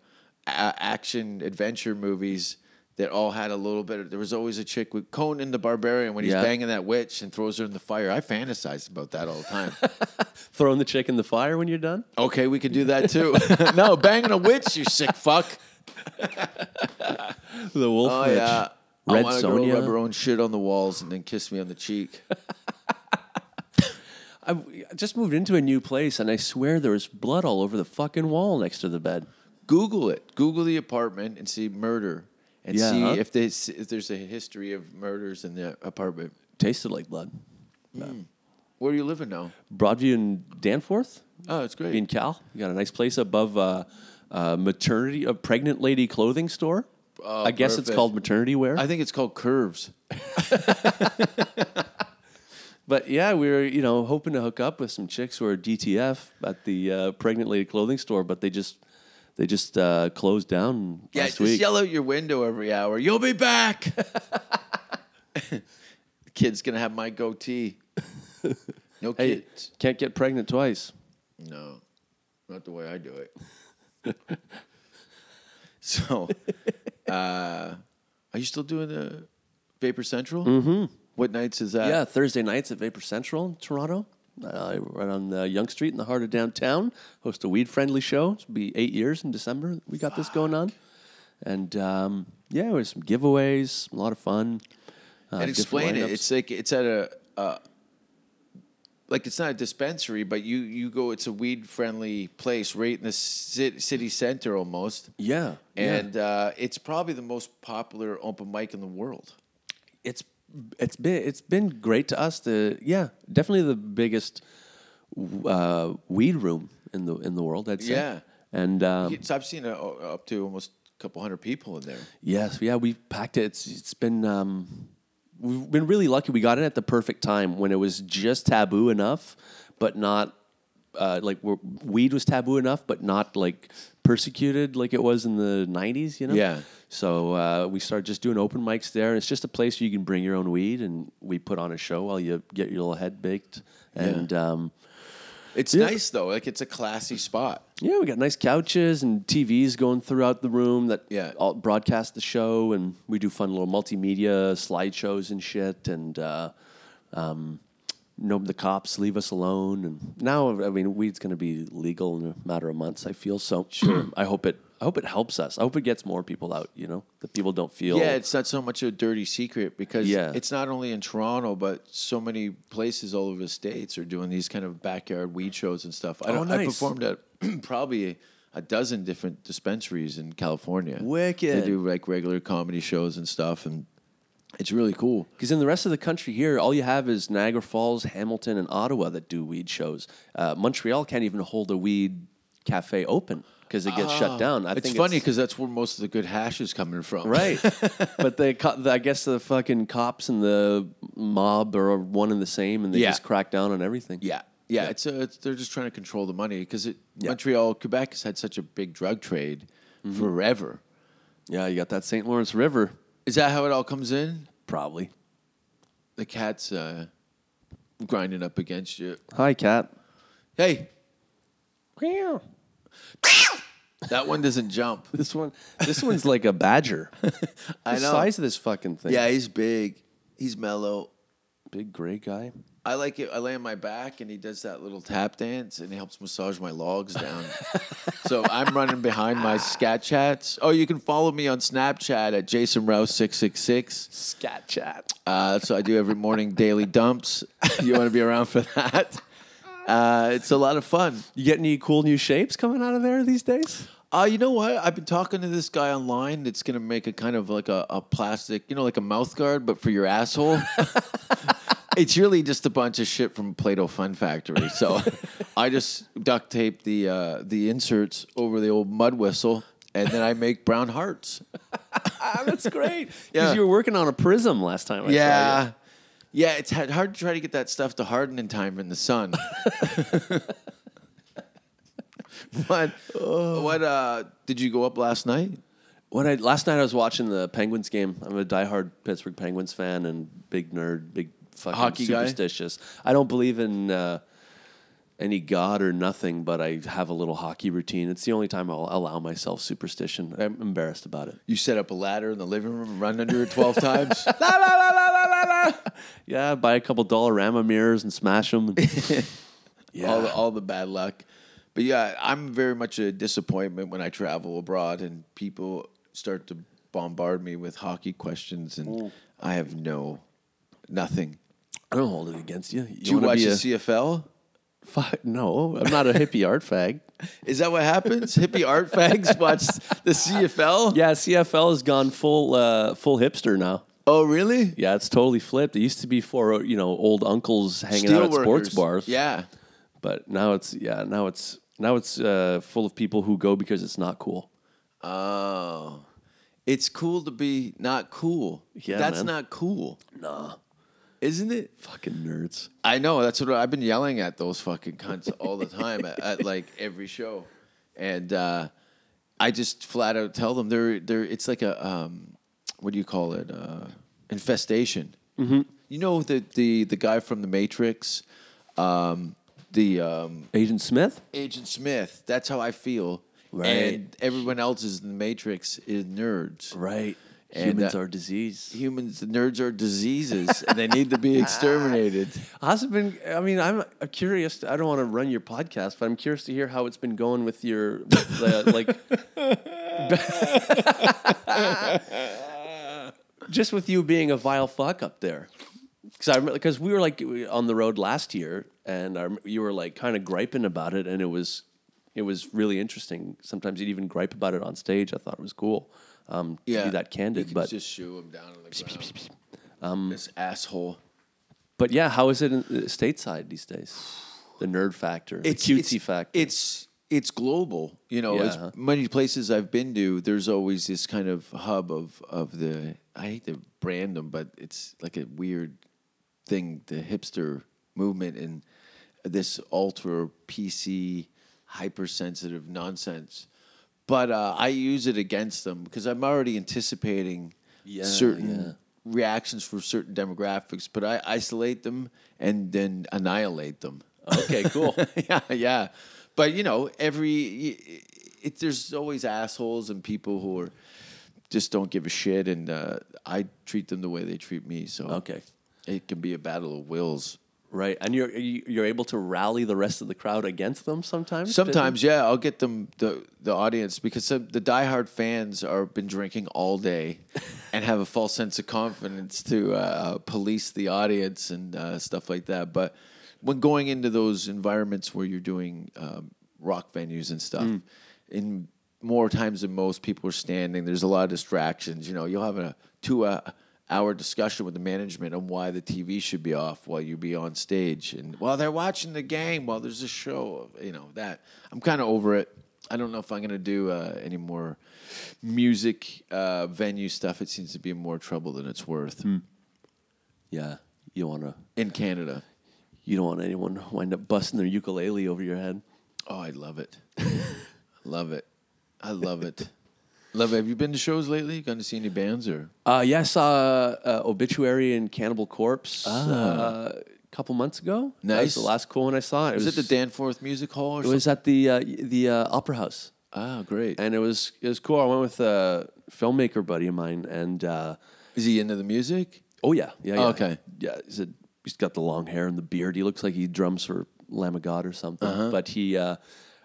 [SPEAKER 5] a- action adventure movies that all had a little bit. Of, there was always a chick with Conan the Barbarian when he's
[SPEAKER 6] Yeah.
[SPEAKER 5] banging that witch and throws her in the fire. I fantasized about that all the time.
[SPEAKER 6] Throwing the chick in the fire when you're done?
[SPEAKER 5] okay, we could do that too. no, banging a witch, you sick fuck.
[SPEAKER 6] The wolf
[SPEAKER 5] Oh
[SPEAKER 6] witch.
[SPEAKER 5] yeah. I
[SPEAKER 6] Red
[SPEAKER 5] want a girl to
[SPEAKER 6] Sonia.
[SPEAKER 5] rub her own shit on the walls and then kiss me on the cheek.
[SPEAKER 6] I I just moved into a new place and I swear there was blood all over the fucking wall next to the bed.
[SPEAKER 5] Google it. Google the apartment and see murder and
[SPEAKER 6] Yeah,
[SPEAKER 5] see
[SPEAKER 6] huh?
[SPEAKER 5] if, there's, if there's a history of murders in the apartment.
[SPEAKER 6] Tasted like blood.
[SPEAKER 5] Where are you living now?
[SPEAKER 6] Broadview and Danforth
[SPEAKER 5] Oh, it's great.
[SPEAKER 6] in Cal. You got a nice place above uh, uh, maternity, a pregnant lady clothing store. I guess it's
[SPEAKER 5] Oh, perfect.
[SPEAKER 6] called maternity wear.
[SPEAKER 5] I think it's called Curves.
[SPEAKER 6] but yeah, we were you know hoping to hook up with some chicks who are DTF at the uh, pregnant lady clothing store, but they just they just uh, closed down
[SPEAKER 5] Yeah,
[SPEAKER 6] last
[SPEAKER 5] just
[SPEAKER 6] week.
[SPEAKER 5] yell out your window every hour. You'll be back. the kid's gonna have my goatee. No
[SPEAKER 6] hey,
[SPEAKER 5] kids.
[SPEAKER 6] can't get pregnant twice.
[SPEAKER 5] No, not the way I do it. so, uh, are you still doing the Vapor Central? Mm-hmm. What nights is that?
[SPEAKER 6] Yeah, Thursday nights at Vapor Central in Toronto, uh, right on uh, Young Street in the heart of downtown. Host a weed friendly show. It'll be eight years in December. that We got this going on, and um, yeah, there's some giveaways, a lot of fun. Uh,
[SPEAKER 5] and
[SPEAKER 6] different
[SPEAKER 5] explain it.
[SPEAKER 6] lineups.
[SPEAKER 5] It's like it's at a, a like it's not a dispensary, but you you go. It's a weed friendly place right in the ci- city center almost,
[SPEAKER 6] yeah, yeah.
[SPEAKER 5] and uh, it's probably the most popular open mic in the world.
[SPEAKER 6] it's it's been it's been great to us. The yeah, definitely the biggest uh, weed room in the in the world. I'd say.
[SPEAKER 5] Yeah.
[SPEAKER 6] and um,
[SPEAKER 5] It's, I've seen uh up to almost a couple hundred people in there.
[SPEAKER 6] Yes, yeah, we packed it. It's, it's been um, we've been really lucky. We got in at the perfect time when it was just taboo enough, but not uh, like where weed was taboo enough, but not like persecuted like it was in the '90s. You know.
[SPEAKER 5] Yeah.
[SPEAKER 6] So uh, we started just doing open mics there, and it's just a place where you can bring your own weed, and we put on a show while you get your little head baked, and um,
[SPEAKER 5] It's
[SPEAKER 6] Yeah.
[SPEAKER 5] nice though. Like it's a classy spot.
[SPEAKER 6] yeah, we got nice couches and TVs going throughout the room that
[SPEAKER 5] Yeah.
[SPEAKER 6] all broadcast the show, and we do fun little multimedia slideshows and shit, and uh, um, no, the cops leave us alone, and now I mean, weed's going to be legal in a matter of months. I feel so. I hope it. I hope it helps us. I hope it gets more people out. You know, that people don't feel.
[SPEAKER 5] Yeah, it's not so much a dirty secret because
[SPEAKER 6] Yeah.
[SPEAKER 5] it's not only in Toronto, but so many places all over the states are doing these kind of backyard weed shows and stuff. I,
[SPEAKER 6] Oh,
[SPEAKER 5] don't- I
[SPEAKER 6] nice.
[SPEAKER 5] performed at probably a dozen different dispensaries in California.
[SPEAKER 6] Wicked.
[SPEAKER 5] They do like regular comedy shows and stuff, and it's really cool.
[SPEAKER 6] Because in the rest of the country here, all you have is Niagara Falls, Hamilton, and Ottawa that do weed shows. Uh, Montreal can't even hold a weed cafe open because it gets shut down. I
[SPEAKER 5] Oh. it's
[SPEAKER 6] think
[SPEAKER 5] funny because that's where most of the good hash is coming from.
[SPEAKER 6] right, but they, co- the- I guess the fucking cops and the mob are one and the same, and they
[SPEAKER 5] Yeah.
[SPEAKER 6] just crack down on everything.
[SPEAKER 5] Yeah. Yeah, it's, a, it's they're just trying to control the money because
[SPEAKER 6] Yeah. Mm-hmm.
[SPEAKER 5] Montreal, Quebec has had such a big drug trade forever.
[SPEAKER 6] yeah, you got that St. Lawrence River,
[SPEAKER 5] Is that how it all comes in?
[SPEAKER 6] probably.
[SPEAKER 5] the cat's uh, grinding up against you.
[SPEAKER 6] Hi, cat.
[SPEAKER 5] Hey, that one doesn't jump.
[SPEAKER 6] This one, this one's like a badger.
[SPEAKER 5] I
[SPEAKER 6] the
[SPEAKER 5] know.
[SPEAKER 6] size of this fucking thing.
[SPEAKER 5] Yeah, he's big. He's mellow.
[SPEAKER 6] big gray guy.
[SPEAKER 5] I like it. I lay on my back and he does that little tap dance and he helps massage my logs down. so I'm running behind my scat chats. Oh, you can follow me on Snapchat at Jason Rouse six six six.
[SPEAKER 6] Scat chat.
[SPEAKER 5] Uh, so I do every morning daily dumps. you want to be around for that? Uh, it's a lot of fun.
[SPEAKER 6] You get any cool new shapes coming out of there these days?
[SPEAKER 5] Uh, you know what? I've been talking to this guy online that's going to make a kind of like a, a plastic, you know, like a mouth guard, but for your asshole. it's really just a bunch of shit from Play Doh Fun Factory. So I just duct tape the, uh, the inserts over the old mud whistle and then I make brown hearts.
[SPEAKER 6] Ah, that's great. Because
[SPEAKER 5] Yeah.
[SPEAKER 6] you were working on a prism last time. I Saw you.
[SPEAKER 5] Yeah. Yeah, it's had- hard to try to get that stuff to harden in time in the sun. what? What? Uh, did you go up last night?
[SPEAKER 6] When I last night I was watching the Penguins game. I'm a diehard Pittsburgh Penguins fan and big nerd, big fucking
[SPEAKER 5] Hockey guy?
[SPEAKER 6] superstitious. I don't believe in uh, any god or nothing, but I have a little hockey routine. It's the only time I'll allow myself superstition. I'm embarrassed about it.
[SPEAKER 5] You set up a ladder in the living room and run under it 12 times.
[SPEAKER 6] Yeah, buy a couple Dollarama mirrors and smash them. yeah,
[SPEAKER 5] all, the, all the bad luck. But yeah, I'm very much a disappointment when I travel abroad and people start to bombard me with hockey questions and
[SPEAKER 6] Mm.
[SPEAKER 5] I have no, nothing.
[SPEAKER 6] I don't hold it against you.
[SPEAKER 5] Do you
[SPEAKER 6] wanna
[SPEAKER 5] watch
[SPEAKER 6] be
[SPEAKER 5] the
[SPEAKER 6] a-
[SPEAKER 5] CFL?
[SPEAKER 6] Fuck no, I'm not a hippie art fag.
[SPEAKER 5] Is that what happens? Hippie art fags watch the CFL?
[SPEAKER 6] Yeah, CFL has gone full uh, full hipster now.
[SPEAKER 5] Oh, really?
[SPEAKER 6] Yeah, it's totally flipped. It used to be for you know old uncles hanging out at sports
[SPEAKER 5] workers.
[SPEAKER 6] bars.
[SPEAKER 5] Yeah.
[SPEAKER 6] but now it's yeah now it's now it's uh, full of people who go because it's not cool.
[SPEAKER 5] Oh. It's cool to be not cool.
[SPEAKER 6] Yeah,
[SPEAKER 5] That's
[SPEAKER 6] man.
[SPEAKER 5] not cool. Nah. Isn't it?
[SPEAKER 6] Fucking nerds.
[SPEAKER 5] I know that's what I've been yelling at those fucking cunts all the time at, at like every show, and uh, I just flat out tell them they're they're it's like a um, what do you call it uh, infestation. Mm-hmm. You know the the the guy from the Matrix, um, the um,
[SPEAKER 6] Agent Smith.
[SPEAKER 5] Agent Smith. That's how I feel.
[SPEAKER 6] Right.
[SPEAKER 5] And everyone else is in the Matrix is nerds.
[SPEAKER 6] Right.
[SPEAKER 5] And,
[SPEAKER 6] Humans
[SPEAKER 5] uh,
[SPEAKER 6] are disease.
[SPEAKER 5] Humans, nerds are diseases, and they need to be exterminated.
[SPEAKER 6] How's it been? I mean, I'm uh, curious. I don't want to run your podcast, but I'm curious to hear how it's been going with your with the, like. just with you being a vile fuck up there, because I because we were like we- on the road last year, and our, you were like kind of griping about it, and it was it was really interesting. Sometimes you'd even gripe about it on stage. I thought it was cool. Um, to be that
[SPEAKER 5] You
[SPEAKER 6] candid,
[SPEAKER 5] could
[SPEAKER 6] but
[SPEAKER 5] just shoo him down on the ground.
[SPEAKER 6] Um,
[SPEAKER 5] this asshole.
[SPEAKER 6] but yeah, how is it in, uh, stateside these days? The nerd factor, the cutesy factor.
[SPEAKER 5] It's it's global. You know,
[SPEAKER 6] Yeah.
[SPEAKER 5] as many places I've been to, there's always this kind of hub of of the. I hate to brand them, but it's like a weird thing, the hipster movement, and this ultra PC hypersensitive nonsense. But uh, I use it against them because I'm already anticipating
[SPEAKER 6] Yeah,
[SPEAKER 5] certain
[SPEAKER 6] yeah.
[SPEAKER 5] reactions for certain demographics. But I isolate them and then annihilate them.
[SPEAKER 6] Okay, cool.
[SPEAKER 5] yeah, yeah. But you know, every it, there's always assholes and people who are just don't give a shit, and uh, I treat them the way they treat me. So
[SPEAKER 6] Okay.
[SPEAKER 5] it can be a battle of wills.
[SPEAKER 6] right, and you're you- you're able to rally the rest of the crowd against them sometimes.
[SPEAKER 5] Sometimes, yeah, I'll get them the the audience because some, the diehard fans are been drinking all day, and have a false sense of confidence to uh, police the audience and uh, stuff like that. But when going into those environments where you're doing um, rock venues and stuff, in more times than most, people are standing. There's a lot of distractions. You know, you'll have a two uh, hour discussion with the management on why the TV should be off while you be on stage and while they're watching the game, while there's a show. You know that I'm kind of over it. I don't know if I'm gonna do uh, any more music uh, venue stuff. It seems to be more trouble than it's worth
[SPEAKER 6] yeah, you wanna
[SPEAKER 5] in Canada.
[SPEAKER 6] you don't want anyone to wind up busting their ukulele over your head.
[SPEAKER 5] Oh, I love it. love it. I love it. Love it. Have you been to shows lately? Gone to see any bands or?
[SPEAKER 6] Uh, yeah, I saw uh, Obituary and Cannibal Corpse uh, a couple months ago. That was
[SPEAKER 5] Nice.
[SPEAKER 6] the last cool one I saw. It
[SPEAKER 5] Was it the Danforth Music Hall or
[SPEAKER 6] It was at the uh, the uh, Opera House.
[SPEAKER 5] Ah, great.
[SPEAKER 6] and it was it was cool. I went with a filmmaker buddy of mine, and uh,
[SPEAKER 5] Is he into the music?
[SPEAKER 6] oh yeah, yeah, yeah.
[SPEAKER 5] Oh, okay.
[SPEAKER 6] yeah. He's, a, he's got the long hair and the beard. He looks like he drums for Lamb of God or something.
[SPEAKER 5] Uh-huh.
[SPEAKER 6] But he, uh,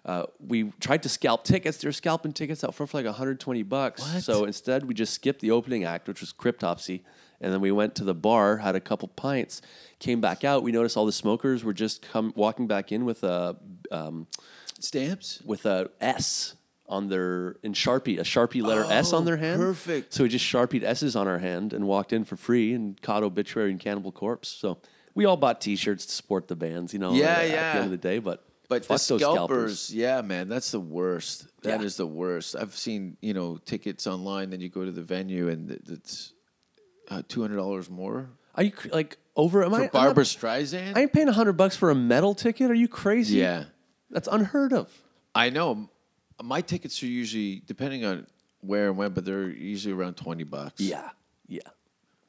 [SPEAKER 6] uh, we tried to scalp tickets. They were scalping tickets out for, for like 120 bucks.
[SPEAKER 5] What?
[SPEAKER 6] So instead, we just skipped the opening act, which was Cryptopsy, and then we went to the bar, had a couple pints, came back out. We noticed all the smokers were just come walking back in with a. Um,
[SPEAKER 5] Stamps?
[SPEAKER 6] with a S on their in Sharpie, a Sharpie letter S on their hand.
[SPEAKER 5] Oh, perfect.
[SPEAKER 6] So we just sharpied S's on our hand and walked in for free and caught obituary and cannibal corpse. So we all bought T-shirts to support the bands, you know.
[SPEAKER 5] Yeah,
[SPEAKER 6] at, At
[SPEAKER 5] yeah.
[SPEAKER 6] the end of the day, but
[SPEAKER 5] But
[SPEAKER 6] fuck
[SPEAKER 5] the
[SPEAKER 6] those
[SPEAKER 5] scalpers,
[SPEAKER 6] scalpers.
[SPEAKER 5] yeah, man, that's the worst. That is
[SPEAKER 6] Yeah.
[SPEAKER 5] the worst. I've seen you know tickets online. Then you go to the venue and it- it's uh, two hundred dollars more
[SPEAKER 6] Are you cr- like over? Am
[SPEAKER 5] for
[SPEAKER 6] I? I'm not-
[SPEAKER 5] Barbara Streisand.
[SPEAKER 6] I ain't paying hundred bucks for a metal ticket. Are you crazy?
[SPEAKER 5] yeah,
[SPEAKER 6] that's unheard of.
[SPEAKER 5] I know. My tickets are usually depending on where and when, but they're usually around twenty bucks.
[SPEAKER 6] Yeah, yeah.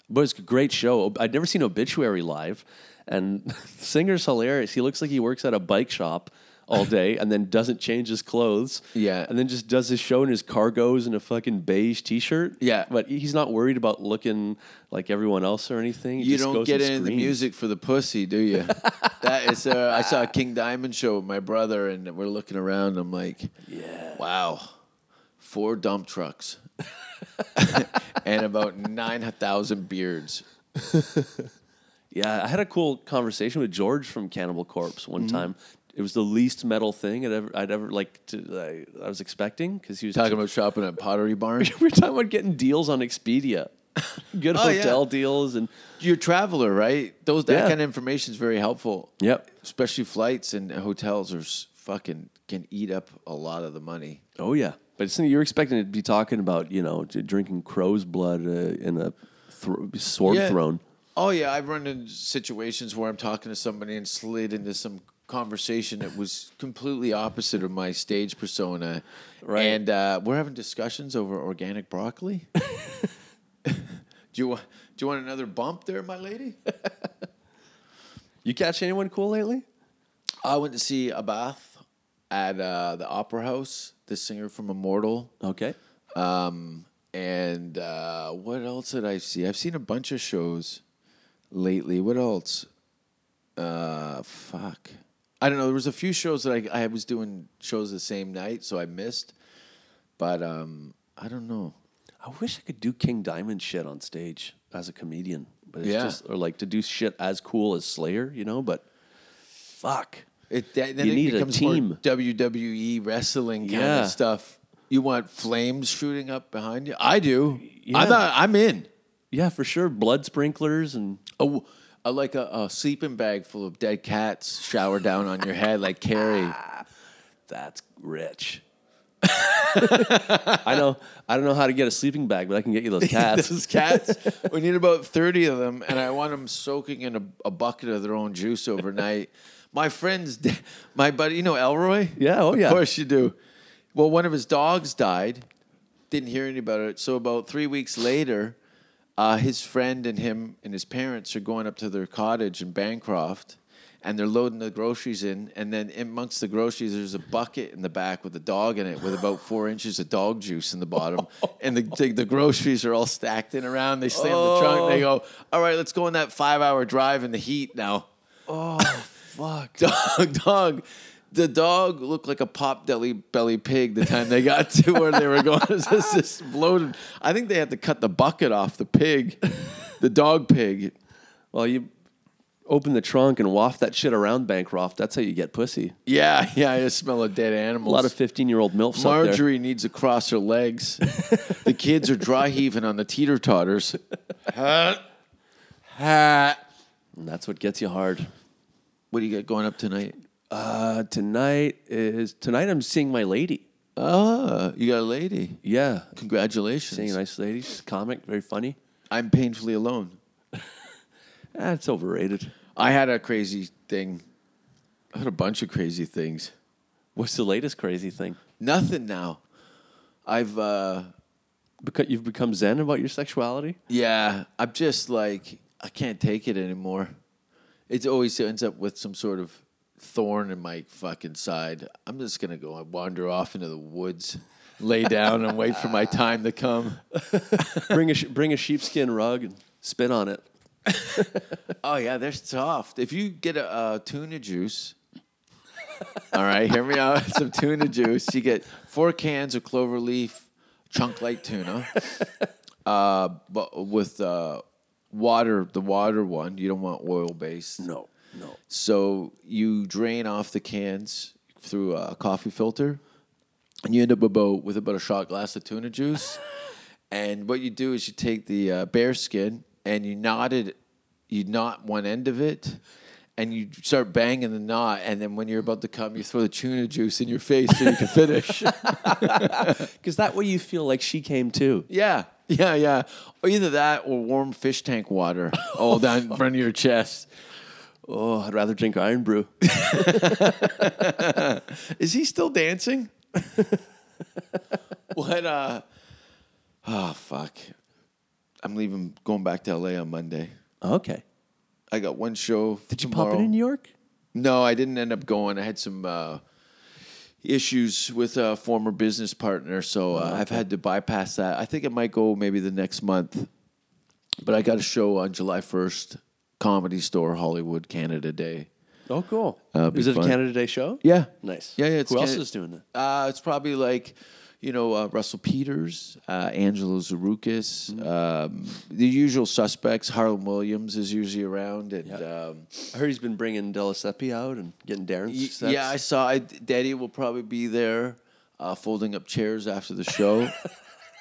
[SPEAKER 6] But it's a great show. Ob- I'd never seen Obituary live, and the singer's hilarious. He looks like he works at a bike shop all day, and then doesn't change his clothes.
[SPEAKER 5] Yeah.
[SPEAKER 6] and then just does his show in his cargos and a fucking beige T-shirt.
[SPEAKER 5] Yeah.
[SPEAKER 6] but he's not worried about looking like everyone else or anything. He
[SPEAKER 5] You
[SPEAKER 6] just
[SPEAKER 5] don't
[SPEAKER 6] goes
[SPEAKER 5] get
[SPEAKER 6] and
[SPEAKER 5] any of the
[SPEAKER 6] screams.
[SPEAKER 5] music for the pussy, do you? that is, uh, I saw a King Diamond show with my brother, and we're looking around. I'm like, yeah, wow, four dump trucks and about nine thousand beards.
[SPEAKER 6] Yeah, I had a cool conversation with George from Cannibal Corpse one
[SPEAKER 5] Mm-hmm.
[SPEAKER 6] time. It was the least metal thing I'd ever, I'd ever like to, I, I was expecting because he was
[SPEAKER 5] Talking about shopping at Pottery Barn.
[SPEAKER 6] we were talking about getting deals on Expedia, good
[SPEAKER 5] Oh, yeah.
[SPEAKER 6] hotel deals, and
[SPEAKER 5] You're a traveler, right? Those that
[SPEAKER 6] Yeah.
[SPEAKER 5] kind of information is very helpful.
[SPEAKER 6] Yep.
[SPEAKER 5] Especially flights and hotels are s- fucking can eat up a lot of the money.
[SPEAKER 6] oh yeah. But it's, you're expecting to be talking about you know j- drinking crow's blood uh, in a thro- sword thrown.
[SPEAKER 5] Oh yeah, I've run into situations where I'm talking to somebody and slid into some conversation that was completely opposite of my stage persona.
[SPEAKER 6] Right.
[SPEAKER 5] And uh, we're having discussions over organic broccoli. do you want do you want another bump there, my lady?
[SPEAKER 6] You catch anyone cool lately?
[SPEAKER 5] I went to see Abath at uh, the Opera House, the singer from Immortal.
[SPEAKER 6] Okay.
[SPEAKER 5] Um, and uh, what else did I see? I've seen a bunch of shows lately. What else? Uh, fuck. I don't know. There was a few shows that I, I was doing shows the same night, so I missed. But um, I don't know.
[SPEAKER 6] I wish I could do King Diamond shit on stage as a comedian, but it's
[SPEAKER 5] Yeah.
[SPEAKER 6] just or like to do shit as cool as Slayer, you know. But fuck,
[SPEAKER 5] It that, then
[SPEAKER 6] You
[SPEAKER 5] it
[SPEAKER 6] need a
[SPEAKER 5] becomes more
[SPEAKER 6] team.
[SPEAKER 5] WWE wrestling kind
[SPEAKER 6] Yeah.
[SPEAKER 5] of stuff. You want flames shooting up behind you? I do.
[SPEAKER 6] Yeah.
[SPEAKER 5] I'm not, I'm in.
[SPEAKER 6] yeah, for sure. Blood sprinklers and
[SPEAKER 5] Oh, uh, like a, a sleeping bag full of dead cats shower down on your head like Carrie.
[SPEAKER 6] That's rich. I know. I don't know how to get a sleeping bag, but I can get you those cats.
[SPEAKER 5] Those cats. we need about 30 of them, and I want them soaking in a, a bucket of their own juice overnight. My friend's, da- my buddy, you know Elroy?
[SPEAKER 6] Yeah, oh, yeah.
[SPEAKER 5] Of course you do. Well, one of his dogs died. Didn't hear any about it. So about three weeks later, uh, his friend and him and his parents are going up to their cottage in Bancroft, and they're loading the groceries in. And then amongst the groceries, there's a bucket in the back with a dog in it, with about four inches of dog juice in the bottom. And the the, the groceries are all stacked in around. They slam the trunk. And they
[SPEAKER 6] Oh.
[SPEAKER 5] go, "All right, let's go on that five-hour drive in the heat now."
[SPEAKER 6] Fuck.
[SPEAKER 5] dog, dog. The dog looked like a pop deli belly pig the time they got to where they were going. It was just this bloated. I think they had to cut the bucket off the pig, the dog pig.
[SPEAKER 6] Well, you open the trunk and waft that shit around Bancroft. That's how you get pussy.
[SPEAKER 5] Yeah, yeah, I just smell of dead
[SPEAKER 6] A
[SPEAKER 5] animals.
[SPEAKER 6] lot of 15 year old MILFs out there.
[SPEAKER 5] Marjorie needs to cross her legs. the kids are dry heaving on the teeter totters.
[SPEAKER 6] And that's what gets you hard.
[SPEAKER 5] What do you got going up tonight?
[SPEAKER 6] Uh, tonight is tonight. I'm seeing my lady.
[SPEAKER 5] Oh, you got a lady.
[SPEAKER 6] Yeah, seeing a
[SPEAKER 5] Congratulations.
[SPEAKER 6] nice lady. She's a comic, very funny.
[SPEAKER 5] I'm painfully alone.
[SPEAKER 6] Ah, it's overrated.
[SPEAKER 5] I had a crazy thing. I had a bunch of crazy things.
[SPEAKER 6] What's the latest crazy thing?
[SPEAKER 5] Nothing now. I've uh
[SPEAKER 6] Because you've become zen about your sexuality.
[SPEAKER 5] yeah, I'm just like I can't take it anymore. It always ends up with some sort of thorn in my fucking side. I'm just gonna go and wander off into the woods, lay down and wait for my time to come.
[SPEAKER 6] bring a sh- bring a sheepskin rug and spit on it.
[SPEAKER 5] Oh yeah, they're soft. If you get a, uh tuna juice, all right, hear me out. Some tuna juice. You get four cans of clover leaf chunk light tuna, uh, but with uh, water, the water one. You don't want oil based.
[SPEAKER 6] No, no.
[SPEAKER 5] So you drain off the cans through a coffee filter, and you end up about with about a shot glass of tuna juice. and what you do is you take the uh, bear skin and you knot it, you knot one end of it, and you start banging the knot. And then when you're about to come, you throw the tuna juice in your face so you can finish.
[SPEAKER 6] Because that way you feel like she came too.
[SPEAKER 5] yeah. Yeah, yeah. Or either that or warm fish tank water all down in front of your chest.
[SPEAKER 6] Oh, I'd rather drink Iron Brew.
[SPEAKER 5] Is he still dancing? what uh Oh fuck. I'm leaving going back to LA on Monday.
[SPEAKER 6] okay.
[SPEAKER 5] I got one show. Did
[SPEAKER 6] You pop it in New York?
[SPEAKER 5] No, I didn't end up going. I had some uh issues with a former business partner, so
[SPEAKER 6] Oh,
[SPEAKER 5] uh, I've had to bypass that. I think it might go maybe the next month. But I got a show on July 1st, Comedy Store Hollywood Canada Day.
[SPEAKER 6] Oh, cool.
[SPEAKER 5] Uh, be
[SPEAKER 6] Is it
[SPEAKER 5] fun.
[SPEAKER 6] a Canada Day show?
[SPEAKER 5] Yeah.
[SPEAKER 6] Nice.
[SPEAKER 5] Yeah, yeah. It's
[SPEAKER 6] Who else
[SPEAKER 5] kinda-
[SPEAKER 6] is doing that?
[SPEAKER 5] Uh, it's probably like, you know, uh, Russell Peters, uh, Angelo Zarukis,
[SPEAKER 6] Mm-hmm.
[SPEAKER 5] um, the usual suspects. Harlan Williams is usually around, and um,
[SPEAKER 6] I heard he's been bringing Delicepi out and getting
[SPEAKER 5] y-
[SPEAKER 6] Darren's sets.
[SPEAKER 5] yeah, I saw. I, Daddy will probably be there, uh, folding up chairs after the show.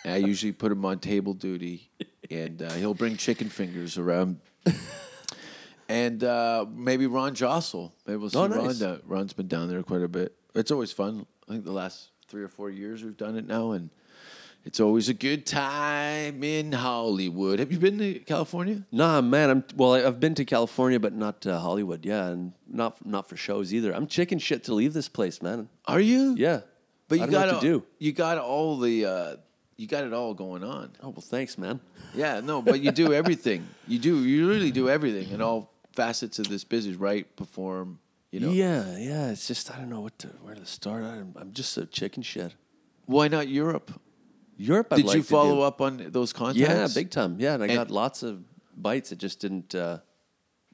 [SPEAKER 5] And I usually put him on table duty, and uh, he'll bring chicken fingers around. And uh, maybe Ron Jossel. Maybe we'll see
[SPEAKER 6] Oh, nice.
[SPEAKER 5] Ron. down- Ron's been down there quite a bit. It's always fun. I think the last three or four years we've done it now, and it's always a good time in Hollywood. Have you been to California?
[SPEAKER 6] Nah, man. I'm well. I- I've been to California, but not to Hollywood. Yeah, and not not for shows either. I'm chicken shit to leave this place, man.
[SPEAKER 5] Are you?
[SPEAKER 6] Yeah,
[SPEAKER 5] But
[SPEAKER 6] I
[SPEAKER 5] you
[SPEAKER 6] don't know
[SPEAKER 5] got
[SPEAKER 6] what to
[SPEAKER 5] all-
[SPEAKER 6] do.
[SPEAKER 5] You got all the. Uh, you got it all going on.
[SPEAKER 6] Oh well, thanks, man.
[SPEAKER 5] Yeah, no, but you do everything. You do. You really do everything in all facets of this business. Write, perform. You know.
[SPEAKER 6] Yeah, yeah. It's just I don't know what to where to start. I'm, I'm just so chicken shit.
[SPEAKER 5] Why not Europe?
[SPEAKER 6] Europe. I'd
[SPEAKER 5] Did
[SPEAKER 6] like
[SPEAKER 5] you
[SPEAKER 6] to
[SPEAKER 5] follow
[SPEAKER 6] do.
[SPEAKER 5] up on those contacts?
[SPEAKER 6] Yeah, big time. Yeah, and I
[SPEAKER 5] And-
[SPEAKER 6] got lots of bites. It just didn't uh,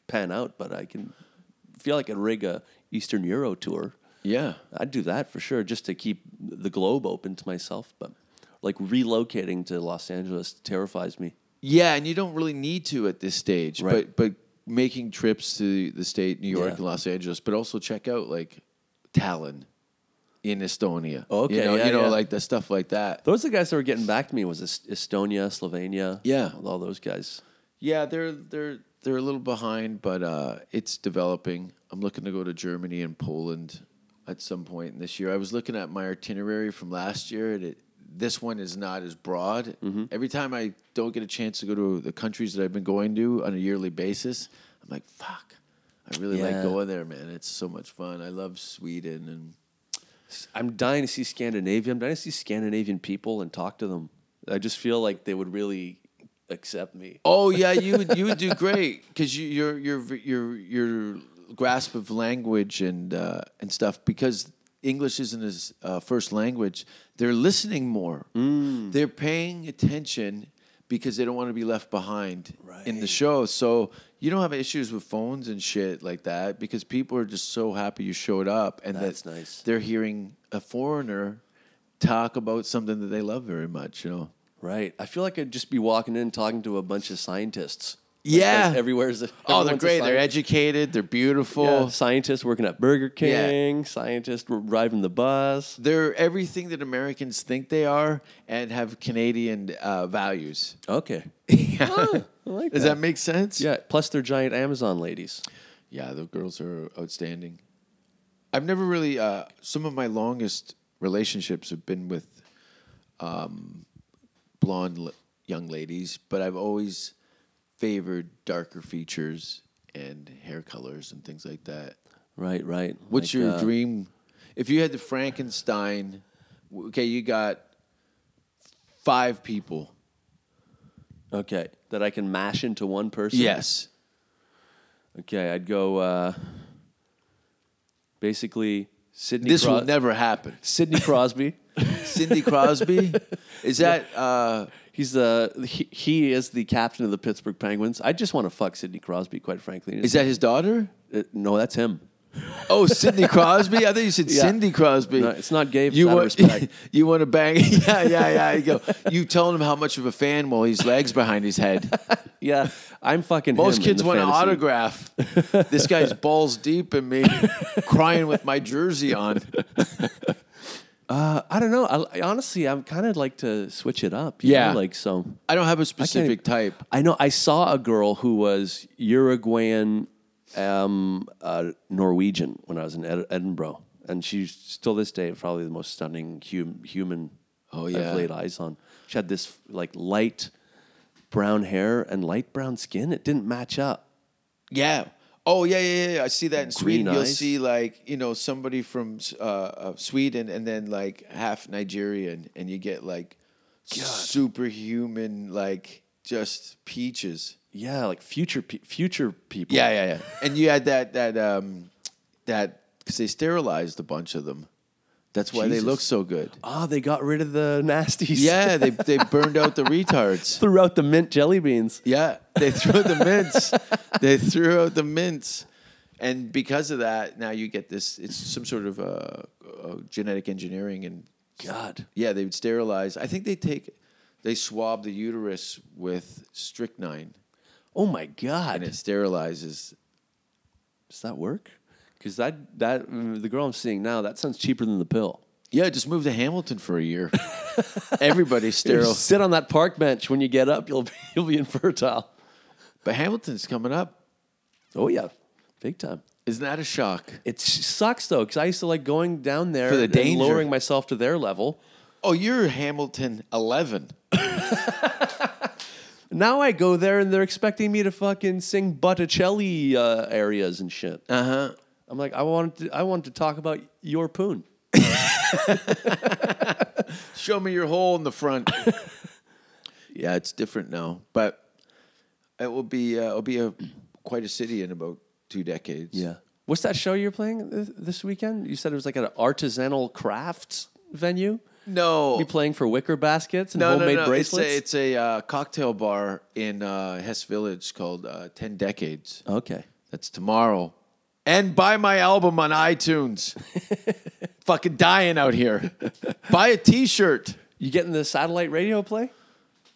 [SPEAKER 6] pan out, but I can feel like I could rig a Eastern Euro tour.
[SPEAKER 5] Yeah.
[SPEAKER 6] I'd do that for sure, just to keep the globe open to myself. But like relocating to Los Angeles terrifies me.
[SPEAKER 5] Yeah, and you don't really need to at this stage,
[SPEAKER 6] Right.
[SPEAKER 5] but but making trips to the state, New York,
[SPEAKER 6] Yeah.
[SPEAKER 5] and Los Angeles, but also check out like Tallinn in Estonia.
[SPEAKER 6] Okay,
[SPEAKER 5] you know,
[SPEAKER 6] yeah,
[SPEAKER 5] you know
[SPEAKER 6] yeah.
[SPEAKER 5] like the stuff like that.
[SPEAKER 6] Those are the guys that were getting back to me. Was Es- Estonia, Slovenia?
[SPEAKER 5] Yeah.
[SPEAKER 6] all those guys.
[SPEAKER 5] Yeah, they're they're they're a little behind, but uh, it's developing. I'm looking to go to Germany and Poland at some point in this year. I was looking at my itinerary from last year, and it, this one is not as broad. Every time I don't get a chance to go to the countries that I've been going to on a yearly basis, I'm like, fuck. I really like
[SPEAKER 6] Yeah.
[SPEAKER 5] going there, man. It's so much fun. I love Sweden and
[SPEAKER 6] I'm dying to see Scandinavia. I'm dying to see Scandinavian people and talk to them. I just feel like they would really accept me.
[SPEAKER 5] Oh yeah, you would you would do great because you, your your your your grasp of language and uh, and stuff because English isn't his uh, first language. They're listening more.
[SPEAKER 6] Mm.
[SPEAKER 5] They're paying attention because they don't want to be left behind in the
[SPEAKER 6] Right.
[SPEAKER 5] show. So you don't have issues with phones and shit like that because people are just so happy you showed up and
[SPEAKER 6] That's
[SPEAKER 5] that
[SPEAKER 6] nice.
[SPEAKER 5] They're hearing a foreigner talk about something that they love very much. You know.
[SPEAKER 6] Right. I feel like I'd just be walking in talking to a bunch of scientists. Like,
[SPEAKER 5] Yeah.
[SPEAKER 6] ev- everywhere's a,
[SPEAKER 5] Oh, they're
[SPEAKER 6] everyone's a
[SPEAKER 5] great. They're
[SPEAKER 6] sci-
[SPEAKER 5] educated. They're beautiful.
[SPEAKER 6] Yeah, scientists working at Burger
[SPEAKER 5] Yeah.
[SPEAKER 6] King, scientists were driving the bus.
[SPEAKER 5] They're everything that Americans think they are and have Canadian uh, values.
[SPEAKER 6] Okay. I like
[SPEAKER 5] Does
[SPEAKER 6] that.
[SPEAKER 5] that make sense?
[SPEAKER 6] Yeah, plus they're giant Amazon ladies.
[SPEAKER 5] Yeah, the girls are outstanding. I've never really, uh, some of my longest relationships have been with um, blonde l- young ladies, but I've always favored darker features and hair colors and things like that.
[SPEAKER 6] Right, right.
[SPEAKER 5] What's
[SPEAKER 6] Like,
[SPEAKER 5] your
[SPEAKER 6] uh,
[SPEAKER 5] dream? If you had to Frankenstein, w- okay, you got five people.
[SPEAKER 6] Okay, that I can mash into one person.
[SPEAKER 5] Yes.
[SPEAKER 6] Okay, I'd go. Uh, basically, Sidney.
[SPEAKER 5] This
[SPEAKER 6] Cros-
[SPEAKER 5] will never happen.
[SPEAKER 6] Sidney Crosby.
[SPEAKER 5] Cindy Crosby? Is that uh,
[SPEAKER 6] He's the he, he is the captain of the Pittsburgh Penguins. I just want to fuck Sidney Crosby, quite frankly.
[SPEAKER 5] is that his daughter?
[SPEAKER 6] Uh, no? That's him.
[SPEAKER 5] Oh, Sidney Crosby? I thought you said
[SPEAKER 6] Yeah.
[SPEAKER 5] Cindy Crosby.
[SPEAKER 6] No, it's not gay, it's
[SPEAKER 5] You
[SPEAKER 6] out of
[SPEAKER 5] want
[SPEAKER 6] respect.
[SPEAKER 5] you want to bang? Yeah, yeah, yeah. You go. You telling him how much of a fan while he's legs behind his head.
[SPEAKER 6] Yeah, I'm fucking.
[SPEAKER 5] Most
[SPEAKER 6] him in
[SPEAKER 5] kids
[SPEAKER 6] the
[SPEAKER 5] want an
[SPEAKER 6] fantasy.
[SPEAKER 5] autograph. this guy's balls deep in me, crying with my jersey on.
[SPEAKER 6] I don't know. I, I honestly, I'm kind of like to switch it up. you
[SPEAKER 5] Yeah.
[SPEAKER 6] know, like so.
[SPEAKER 5] I don't have a
[SPEAKER 6] I can't
[SPEAKER 5] specific
[SPEAKER 6] even-
[SPEAKER 5] type.
[SPEAKER 6] I know. I saw a girl who was Uruguayan, um, uh, Norwegian when I was in Ed- Edinburgh, and she's still this day probably the most stunning hum- human
[SPEAKER 5] Oh,
[SPEAKER 6] I've
[SPEAKER 5] yeah.
[SPEAKER 6] laid eyes on. She had this like light brown hair and light brown skin. It didn't match up.
[SPEAKER 5] Yeah. Oh yeah, yeah, yeah. I see that in Sweden. You'll
[SPEAKER 6] eyes.
[SPEAKER 5] see like you know somebody from uh, uh, Sweden and then like half Nigerian, and you get like superhuman, like just peaches.
[SPEAKER 6] Yeah, like future pe- future people.
[SPEAKER 5] Yeah, yeah, yeah. and you had that that um that because they sterilized a bunch of them. That's why
[SPEAKER 6] Jesus.
[SPEAKER 5] they look so good.
[SPEAKER 6] Oh, they got rid of the nasties.
[SPEAKER 5] Yeah, they they burned out the retards.
[SPEAKER 6] threw out the mint jelly beans.
[SPEAKER 5] Yeah, they threw out the mints. they threw out the mints, and because of that, now you get this. It's some sort of uh, uh, genetic engineering, and
[SPEAKER 6] God.
[SPEAKER 5] yeah, they would sterilize. I think they take, they swab the uterus with strychnine,
[SPEAKER 6] Oh my God.
[SPEAKER 5] and it sterilizes.
[SPEAKER 6] Does that work? Because that that mm, the girl I'm seeing now, that sounds cheaper than the pill.
[SPEAKER 5] Yeah, just move to Hamilton for a year. Everybody's sterile,
[SPEAKER 6] Sit on that park bench when you get up, you'll be, you'll be infertile.
[SPEAKER 5] but Hamilton's coming up.
[SPEAKER 6] Oh yeah, big time.
[SPEAKER 5] Isn't that a shock?
[SPEAKER 6] It s- sucks though, because I used to like going down there
[SPEAKER 5] For the
[SPEAKER 6] and
[SPEAKER 5] danger.
[SPEAKER 6] lowering myself to their level.
[SPEAKER 5] Oh, you're Hamilton eleven.
[SPEAKER 6] Now I go there and they're expecting me to fucking sing Botticelli uh, areas and shit. Uh huh.
[SPEAKER 5] Uh-huh.
[SPEAKER 6] I'm like, I wanted to, I wanted to talk about your poon.
[SPEAKER 5] Show me your hole in the front. yeah, it's different now, but it will be uh, it'll be a quite a city in about two decades.
[SPEAKER 6] What's that show you're playing th- this weekend? You said it was like an artisanal crafts venue.
[SPEAKER 5] No.
[SPEAKER 6] be playing for wicker baskets and
[SPEAKER 5] Oh. no, no,
[SPEAKER 6] homemade
[SPEAKER 5] no.
[SPEAKER 6] bracelets.
[SPEAKER 5] It's a, it's a uh, cocktail bar in uh, Hess Village called uh, Ten Decades.
[SPEAKER 6] okay.
[SPEAKER 5] That's tomorrow. And buy my album on iTunes. Fucking dying out here. buy a T-shirt.
[SPEAKER 6] You getting the satellite radio play?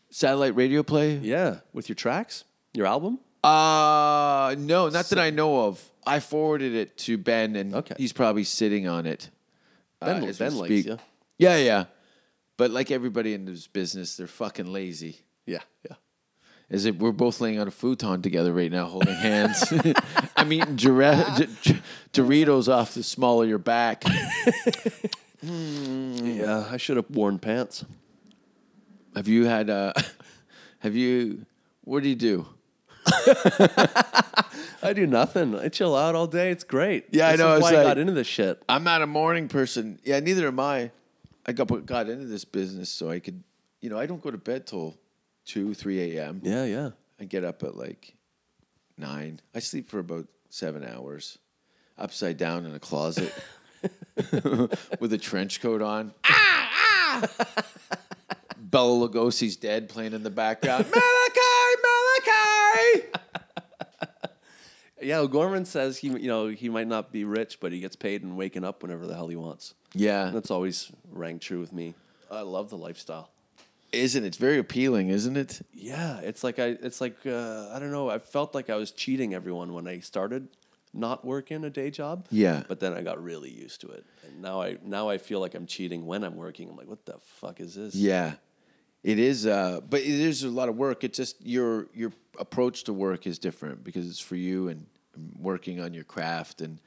[SPEAKER 5] Satellite radio play.
[SPEAKER 6] Yeah, with your tracks, your album.
[SPEAKER 5] Uh no, not that I know of. I forwarded it to Ben, and
[SPEAKER 6] Okay.
[SPEAKER 5] he's probably sitting on it. uh,
[SPEAKER 6] Ben,
[SPEAKER 5] as we
[SPEAKER 6] ben likes
[SPEAKER 5] speak.
[SPEAKER 6] you.
[SPEAKER 5] Yeah, yeah. But like everybody in this business, they're fucking lazy.
[SPEAKER 6] Yeah, yeah.
[SPEAKER 5] Is it? We're both laying on a futon together right now, holding hands. I'm eating Dure- d- d- Doritos off the small of your back.
[SPEAKER 6] Yeah, I should have worn pants.
[SPEAKER 5] have you had? Uh, have you? What do you do?
[SPEAKER 6] I do nothing. I chill out all day. It's great.
[SPEAKER 5] Yeah, I
[SPEAKER 6] This
[SPEAKER 5] know.
[SPEAKER 6] Is
[SPEAKER 5] It's
[SPEAKER 6] why I
[SPEAKER 5] like-
[SPEAKER 6] got into this shit.
[SPEAKER 5] I'm not a morning person. Yeah, neither am I. I got got into this business so I could, you know, I don't go to bed till two, three a.m.
[SPEAKER 6] Yeah, yeah.
[SPEAKER 5] I get up at like nine. I sleep for about seven hours, upside down in a closet with a trench coat on. ah, ah! Bella Lugosi's dead playing in the background. Malachi, Malachi.
[SPEAKER 6] Yeah, O'Gorman says he, you know, he might not be rich, but he gets paid and waking up whenever the hell he wants.
[SPEAKER 5] Yeah,
[SPEAKER 6] That's always rang true with me. I love the lifestyle.
[SPEAKER 5] isn't it? It's very appealing, isn't it?
[SPEAKER 6] Yeah, it's like I, it's like uh, I don't know. I felt like I was cheating everyone when I started not working a day job.
[SPEAKER 5] Yeah.
[SPEAKER 6] but then I got really used to it, and now I now I feel like I'm cheating when I'm working. I'm like, what the fuck is this?
[SPEAKER 5] Yeah, it is. Uh, but it is a lot of work. It's just your your approach to work is different because it's for you and working on your craft. And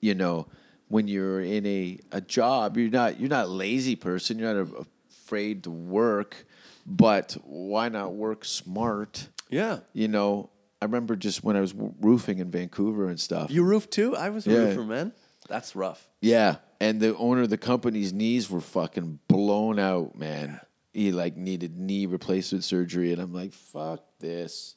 [SPEAKER 5] you know, when you're in a, a job, you're not you're not a lazy person. You're not a, afraid to work. But why not work smart?
[SPEAKER 6] yeah.
[SPEAKER 5] You know, I remember just when I was w- roofing in Vancouver and stuff.
[SPEAKER 6] You roof too? I was a
[SPEAKER 5] Yeah.
[SPEAKER 6] roofer, man. That's rough.
[SPEAKER 5] Yeah, and the owner of the company's knees were fucking blown out, man. He like needed knee replacement surgery, and I'm like, fuck this.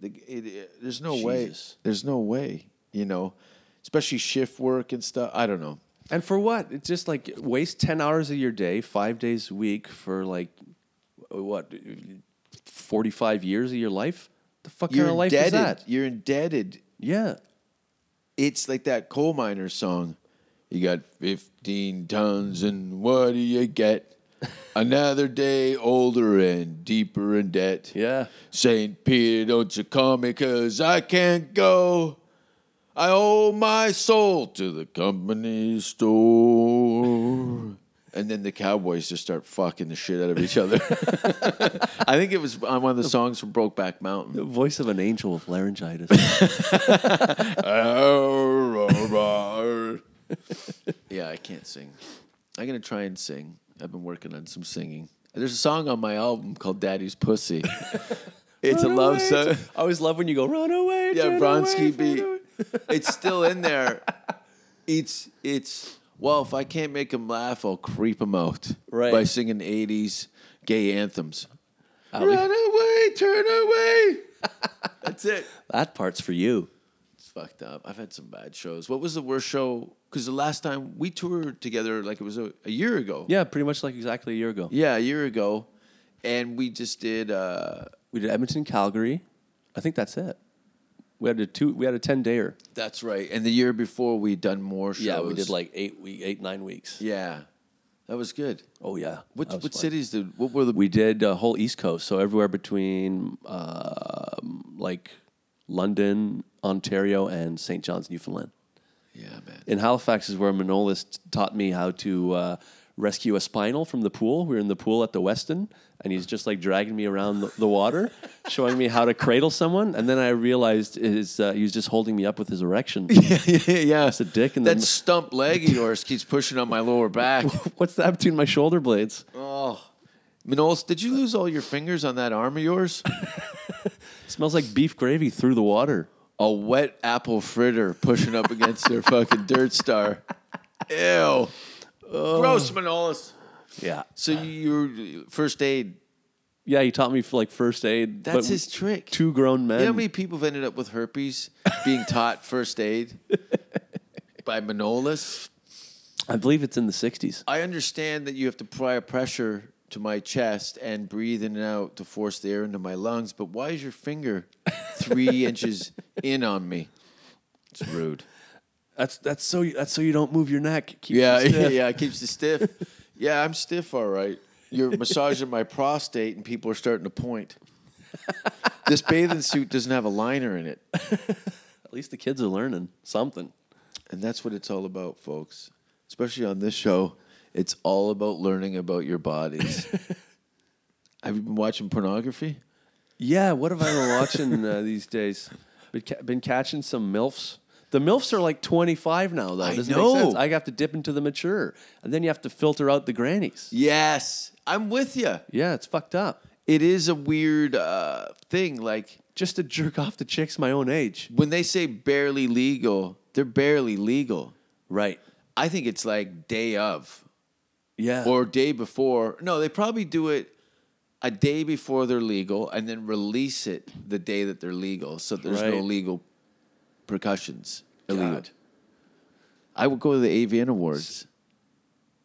[SPEAKER 5] The, it, it- there's no way.
[SPEAKER 6] Jesus.
[SPEAKER 5] There's no way. You know, especially shift work and stuff. I don't know.
[SPEAKER 6] And for what? It's just like waste 10 hours of your day, five days a week for like, what, 45 years of your life? The fuck kind of life
[SPEAKER 5] indebted.
[SPEAKER 6] is that?
[SPEAKER 5] You're indebted.
[SPEAKER 6] Yeah.
[SPEAKER 5] It's like that coal miner song. You got 15 tons, and what do you get? Another day older and deeper in debt.
[SPEAKER 6] Yeah.
[SPEAKER 5] St. Peter, don't you call me 'cause I can't go. I owe my soul to the company store. And then the Cowboys just start fucking the shit out of each other. I think it was on one of the songs from Brokeback Mountain.
[SPEAKER 6] The voice of an angel with laryngitis.
[SPEAKER 5] yeah, I can't sing. I'm going to try and sing. I've been working on some singing. There's a song on my album called Daddy's Pussy. It's a
[SPEAKER 6] Run
[SPEAKER 5] love
[SPEAKER 6] away,
[SPEAKER 5] song.
[SPEAKER 6] I always love when you go, run away.
[SPEAKER 5] Yeah,
[SPEAKER 6] turn
[SPEAKER 5] Vronsky
[SPEAKER 6] away,
[SPEAKER 5] beat.
[SPEAKER 6] turn away."
[SPEAKER 5] It's still in there. It's it's well, if I can't make him laugh, I'll creep him out
[SPEAKER 6] Right.
[SPEAKER 5] by singing '80s gay anthems.
[SPEAKER 6] Ali-
[SPEAKER 5] Run away, turn away. That's it.
[SPEAKER 6] That part's for you.
[SPEAKER 5] It's fucked up. I've had some bad shows. What was the worst show? Because the last time we toured together, like it was a, a year ago.
[SPEAKER 6] Yeah, pretty much like exactly a year ago.
[SPEAKER 5] yeah, a year ago, and we just did. uh
[SPEAKER 6] We did Edmonton, Calgary. I think that's it. We had a two. We had a ten dayer.
[SPEAKER 5] That's right. And the year before, we done more shows.
[SPEAKER 6] Yeah, we did like eight week, eight nine weeks.
[SPEAKER 5] Yeah, that was good.
[SPEAKER 6] Oh yeah.
[SPEAKER 5] What
[SPEAKER 6] That was
[SPEAKER 5] what
[SPEAKER 6] fun.
[SPEAKER 5] cities did what were the
[SPEAKER 6] We did a whole East Coast, so everywhere between um like London, Ontario, and St. John's, Newfoundland.
[SPEAKER 5] Yeah, man.
[SPEAKER 6] In Halifax is where Manolis t- taught me how to uh, rescue a spinal from the pool. We were in the pool at the Westin, and he's just like dragging me around the, the water, showing me how to cradle someone. And then I realized his, uh, he was just holding me up with his erection.
[SPEAKER 5] yeah,
[SPEAKER 6] It's a dick. And
[SPEAKER 5] that
[SPEAKER 6] then
[SPEAKER 5] stump leg of yours keeps pushing on my lower back.
[SPEAKER 6] what's that between my shoulder blades?
[SPEAKER 5] oh, Manolis, did you lose all your fingers on that arm of yours?
[SPEAKER 6] smells like beef gravy through the water.
[SPEAKER 5] A wet apple fritter pushing up against their fucking dirt star. Ew,
[SPEAKER 6] Oh.
[SPEAKER 5] gross, Manolis.
[SPEAKER 6] Yeah.
[SPEAKER 5] So you, your first aid.
[SPEAKER 6] Yeah, he taught me for like first aid.
[SPEAKER 5] That's
[SPEAKER 6] but
[SPEAKER 5] his trick.
[SPEAKER 6] Two grown men.
[SPEAKER 5] You know how many people have ended up with herpes being taught first aid by Manolis?
[SPEAKER 6] I believe it's in the 60s.
[SPEAKER 5] I understand that you have to apply pressure to my chest and breathe in and out to force the air into my lungs, but why is your finger three inches in on me? It's rude.
[SPEAKER 6] That's that's so that's so you don't move your neck. Keeps you
[SPEAKER 5] Yeah,
[SPEAKER 6] stiff.
[SPEAKER 5] yeah, it keeps you stiff. Yeah, I'm stiff, all right. You're massaging my prostate, and people are starting to point. This bathing suit doesn't have a liner in it,
[SPEAKER 6] At least the kids are learning something.
[SPEAKER 5] and that's what it's all about, folks. Especially on this show, it's all about learning about your bodies. have you been watching pornography?
[SPEAKER 6] Yeah, what have I been watching uh, these days? Been, ca- been catching some milfs. The milfs are like 25 now, though.
[SPEAKER 5] I
[SPEAKER 6] Doesn't Make sense.
[SPEAKER 5] know.
[SPEAKER 6] I have to dip into the mature, and then you have to filter out the grannies.
[SPEAKER 5] Yes, I'm with you.
[SPEAKER 6] Yeah, it's fucked up.
[SPEAKER 5] It is a weird uh, thing. Like
[SPEAKER 6] just to jerk off to chicks my own age.
[SPEAKER 5] When they say barely legal, they're barely legal.
[SPEAKER 6] Right.
[SPEAKER 5] I think it's like day of
[SPEAKER 6] Yeah.
[SPEAKER 5] or day before. No, they probably do it a day before they're legal and then release it the day that they're legal. So there's no
[SPEAKER 6] Right.
[SPEAKER 5] legal percussions. Illegal.
[SPEAKER 6] God.
[SPEAKER 5] I would go to the AVN Awards.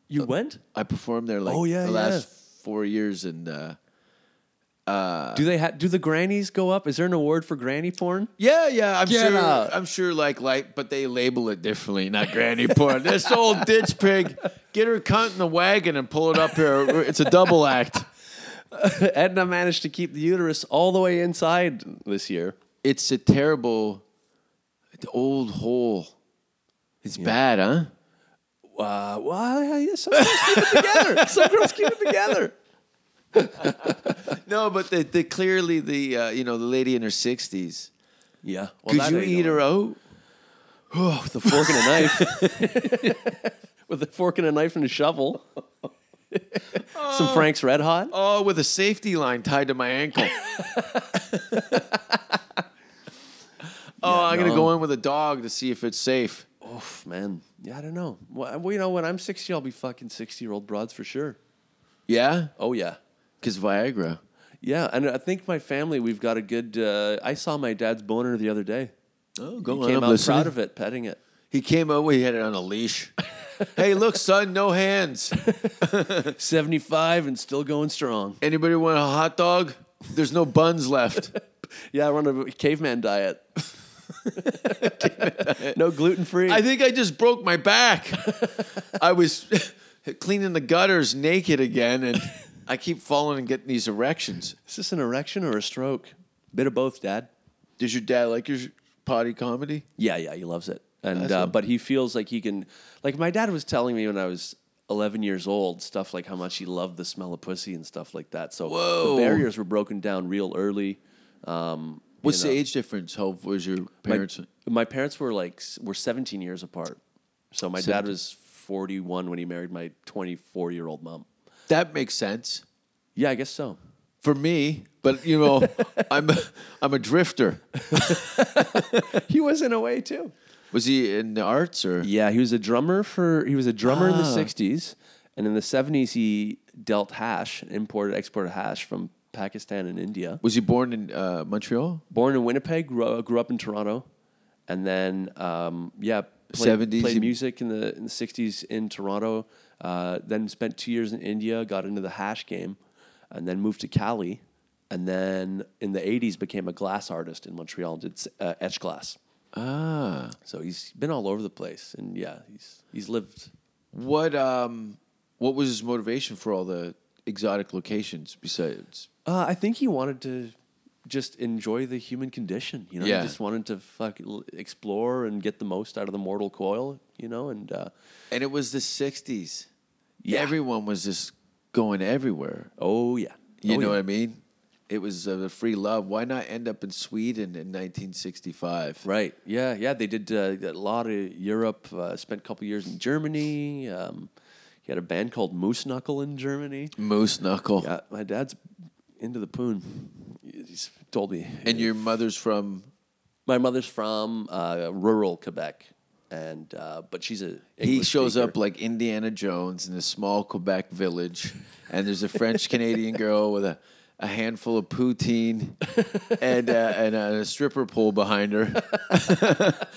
[SPEAKER 6] you went?
[SPEAKER 5] I performed there like
[SPEAKER 6] Oh, yeah,
[SPEAKER 5] the
[SPEAKER 6] yeah.
[SPEAKER 5] last four years and uh,
[SPEAKER 6] uh, do they ha- do the grannies go up? Is there an award for granny porn?
[SPEAKER 5] Yeah, yeah, I'm
[SPEAKER 6] Get
[SPEAKER 5] sure.
[SPEAKER 6] out.
[SPEAKER 5] I'm sure, like, like, but they label it differently, not granny porn. this old ditch pig, get her cunt in the wagon and pull it up here. It's a double act.
[SPEAKER 6] Edna managed to keep the uterus all the way inside this year.
[SPEAKER 5] It's a terrible, the old hole. It's bad, huh?
[SPEAKER 6] Uh, well, yeah, yeah, some girls keep it together. Some girls keep it together.
[SPEAKER 5] No, but the, the clearly the uh, you know the lady in her sixties.
[SPEAKER 6] Yeah. Well,
[SPEAKER 5] Could
[SPEAKER 6] that
[SPEAKER 5] you
[SPEAKER 6] ain't
[SPEAKER 5] eat
[SPEAKER 6] no-
[SPEAKER 5] her out?
[SPEAKER 6] with a fork and a knife? with a fork and a knife and a shovel. Some Frank's Red Hot.
[SPEAKER 5] Oh, with a safety line tied to my ankle. oh, I'm gonna
[SPEAKER 6] no.
[SPEAKER 5] go in with a dog to see if it's safe.
[SPEAKER 6] Oof, man. Yeah, I don't know. Well, well, you know, when I'm 60, I'll be fucking 60 year old broads for sure.
[SPEAKER 5] Yeah,
[SPEAKER 6] Oh, yeah.
[SPEAKER 5] because Viagra.
[SPEAKER 6] Yeah. And I think my family, we've got a good. Uh, I saw my dad's boner the other day.
[SPEAKER 5] Oh, go
[SPEAKER 6] He came out proud of it, petting it.
[SPEAKER 5] He came out. He had it on a leash. hey, look, son, no hands.
[SPEAKER 6] 75 and still going strong.
[SPEAKER 5] Anybody want a hot dog? There's no buns left.
[SPEAKER 6] Yeah, we're on a caveman diet. no gluten free.
[SPEAKER 5] I think I just broke my back. I was cleaning the gutters naked again, and I keep falling and getting these erections.
[SPEAKER 6] Is this an erection or a stroke? Bit of both, Dad.
[SPEAKER 5] Does your dad like your potty comedy?
[SPEAKER 6] Yeah, yeah, he loves it, and
[SPEAKER 5] That's
[SPEAKER 6] uh,
[SPEAKER 5] awesome.
[SPEAKER 6] but he feels like he can. Like my dad was telling me when I was 11 years old, stuff like how much he loved the smell of pussy and stuff like that. So
[SPEAKER 5] Whoa.
[SPEAKER 6] the barriers were broken down real early. Um, you
[SPEAKER 5] What's
[SPEAKER 6] know.
[SPEAKER 5] the age difference? How was your
[SPEAKER 6] My-
[SPEAKER 5] parents?
[SPEAKER 6] My parents were like s- were 17 years apart. So my dad
[SPEAKER 5] 17.
[SPEAKER 6] was 41 when he married my 24 year old mom.
[SPEAKER 5] that makes sense
[SPEAKER 6] Yeah, I guess so.
[SPEAKER 5] for me, but you know, I'm a, I'm a drifter.
[SPEAKER 6] He was in a way too.
[SPEAKER 5] Was he in the arts or?
[SPEAKER 6] Yeah, he was a drummer for he was a drummer in the
[SPEAKER 5] Ah.
[SPEAKER 6] '60s, and in the '70s he dealt hash, imported, exported hash from Pakistan and India.
[SPEAKER 5] Was he born in uh, Montreal?
[SPEAKER 6] Born in Winnipeg, uh, grew, grew up in Toronto, and then um, yeah, played,
[SPEAKER 5] 70s,
[SPEAKER 6] played
[SPEAKER 5] he-
[SPEAKER 6] music in the, in the '60s in Toronto. Uh, then spent two years in India, got into the hash game, and then moved to Cali. And then in the '80s became a glass artist in Montreal and did uh, etch glass.
[SPEAKER 5] Ah.
[SPEAKER 6] So he's been all over the place, and yeah, he's he's lived.
[SPEAKER 5] What um what was his motivation for all the exotic locations besides
[SPEAKER 6] Uh, I think he wanted to just enjoy the human condition. You know,
[SPEAKER 5] Yeah.
[SPEAKER 6] he just wanted to fuck l- explore and get the most out of the mortal coil. You know, and uh,
[SPEAKER 5] and it was the 60s.
[SPEAKER 6] Yeah.
[SPEAKER 5] Everyone was just going everywhere.
[SPEAKER 6] oh yeah,
[SPEAKER 5] You
[SPEAKER 6] Oh,
[SPEAKER 5] know
[SPEAKER 6] yeah.
[SPEAKER 5] what I mean? It was uh, the free love. Why not end up in Sweden in 1965?
[SPEAKER 6] right? Yeah, yeah. They did uh, a lot of Europe. Uh, spent a couple years in Germany. Um, he had a band called Moose Knuckle in Germany.
[SPEAKER 5] Moose knuckle.
[SPEAKER 6] Yeah, my dad's into the poon. He's told me.
[SPEAKER 5] And your mother's from
[SPEAKER 6] my mother's from uh, rural Quebec, and uh, but she's a
[SPEAKER 5] he
[SPEAKER 6] English
[SPEAKER 5] shows
[SPEAKER 6] speaker.
[SPEAKER 5] up like Indiana Jones in a small Quebec village, and there's a French Canadian girl with a, a handful of poutine and uh, and a stripper pole behind her,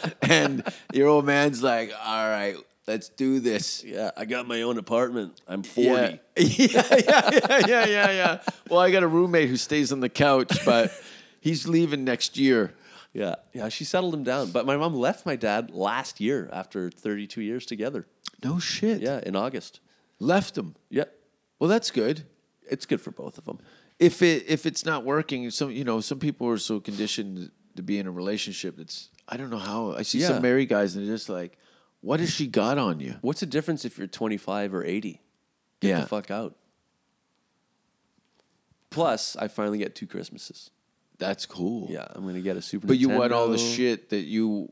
[SPEAKER 5] and your old man's like, "All right, let's do this."
[SPEAKER 6] Yeah, I got my own apartment. I'm 40.
[SPEAKER 5] Yeah. yeah, yeah, yeah, yeah, yeah, yeah. Well, I got a roommate who stays on the couch, but he's leaving next year.
[SPEAKER 6] Yeah. Yeah, she settled him down. But my mom left my dad last year after 32 years together.
[SPEAKER 5] No shit.
[SPEAKER 6] Yeah, in August.
[SPEAKER 5] left him.
[SPEAKER 6] Yeah.
[SPEAKER 5] Well, that's good.
[SPEAKER 6] It's good for both of them.
[SPEAKER 5] if it if it's not working, some you know some people are so conditioned to be in a relationship that's I don't know how I see
[SPEAKER 6] Yeah.
[SPEAKER 5] some married guys and they're just like, what has she got on you?
[SPEAKER 6] What's the difference if you're 25 or 80? Get
[SPEAKER 5] yeah,
[SPEAKER 6] the fuck out. Plus, I finally get two Christmases.
[SPEAKER 5] that's cool.
[SPEAKER 6] Yeah, I'm going to get a Super
[SPEAKER 5] but you want all the
[SPEAKER 6] this
[SPEAKER 5] shit that you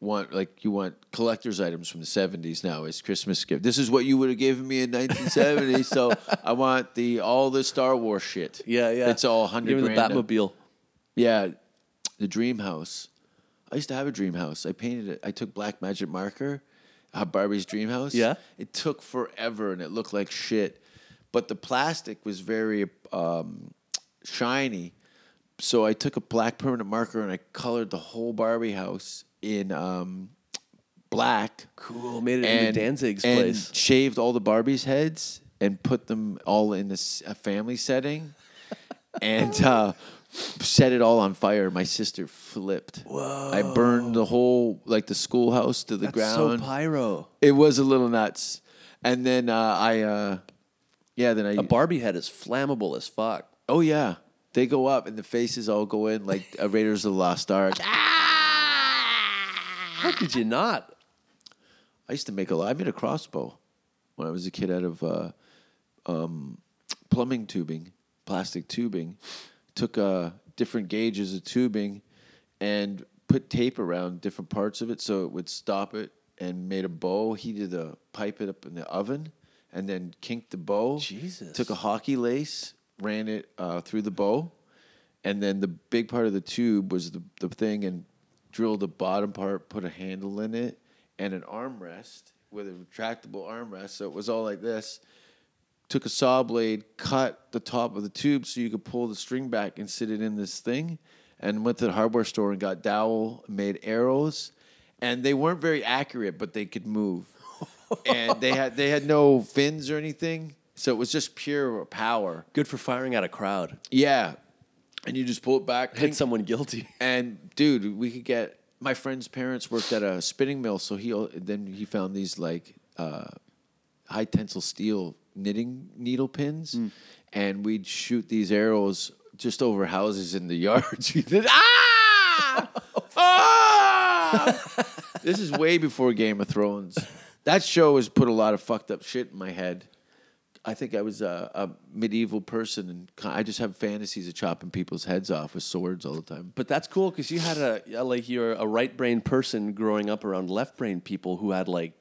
[SPEAKER 5] want, like you want collector's items from the seventies now as Christmas gift. This is what you would have given me in nineteen seventy, so I want the all the Star Wars shit.
[SPEAKER 6] Yeah, yeah.
[SPEAKER 5] It's all
[SPEAKER 6] Give
[SPEAKER 5] hundred
[SPEAKER 6] me the
[SPEAKER 5] grand.
[SPEAKER 6] Batmobile.
[SPEAKER 5] Yeah, the dream house. I used to have a dream house. I painted it. I took black magic marker, uh, Barbie's dream house.
[SPEAKER 6] Yeah.
[SPEAKER 5] It took forever and it looked like shit, but the plastic was very um, shiny. So I took a black permanent marker and I colored the whole Barbie house in um, black
[SPEAKER 6] Cool. Made it into Danzig's
[SPEAKER 5] and
[SPEAKER 6] place.
[SPEAKER 5] Shaved all the Barbies' heads and put them all in this a family setting, and uh, set it all on fire. My sister flipped. Whoa! I burned the whole like the schoolhouse to the
[SPEAKER 6] That's
[SPEAKER 5] ground.
[SPEAKER 6] so pyro.
[SPEAKER 5] it was a little nuts, and then uh, I, uh, yeah, then I
[SPEAKER 6] A Barbie head is flammable as fuck.
[SPEAKER 5] Oh yeah, they go up and the faces all go in like uh, Raiders of the Lost Ark.
[SPEAKER 6] How could you not?
[SPEAKER 5] I used to make a lot. I made a crossbow when I was a kid out of uh, um, plumbing tubing, plastic tubing. Took uh, different gauges of tubing and put tape around different parts of it so it would stop it and made a bow. Heated the pipe it up in the oven and then kinked the bow.
[SPEAKER 6] Jesus.
[SPEAKER 5] Took a hockey lace, ran it uh, through the bow. And then the big part of the tube was the, the thing and drilled the bottom part, put a handle in it, and an armrest with a retractable armrest. So it was all like this. Took a saw blade, cut the top of the tube so you could pull the string back and sit it in this thing. And went to the hardware store and got dowel, made arrows, and they weren't very accurate, but they could move. and they had they had no fins or anything, so it was just pure power.
[SPEAKER 6] Good for firing at a crowd.
[SPEAKER 5] Yeah, and you just pull it back,
[SPEAKER 6] Hit someone guilty.
[SPEAKER 5] and dude, we could get my friend's parents worked at a spinning mill, so he then he found these like uh, high tensile steel knitting needle pins, and we'd shoot these arrows just over houses in the yards. We did, ah! ah! this is way before Game of Thrones. That show has put a lot of fucked up shit in my head. I think I was a, a medieval person, and ki- I just have fantasies of chopping people's heads off with swords all the time.
[SPEAKER 6] But that's cool because you had a yeah, like you're a right brain person growing up around left brain people who had like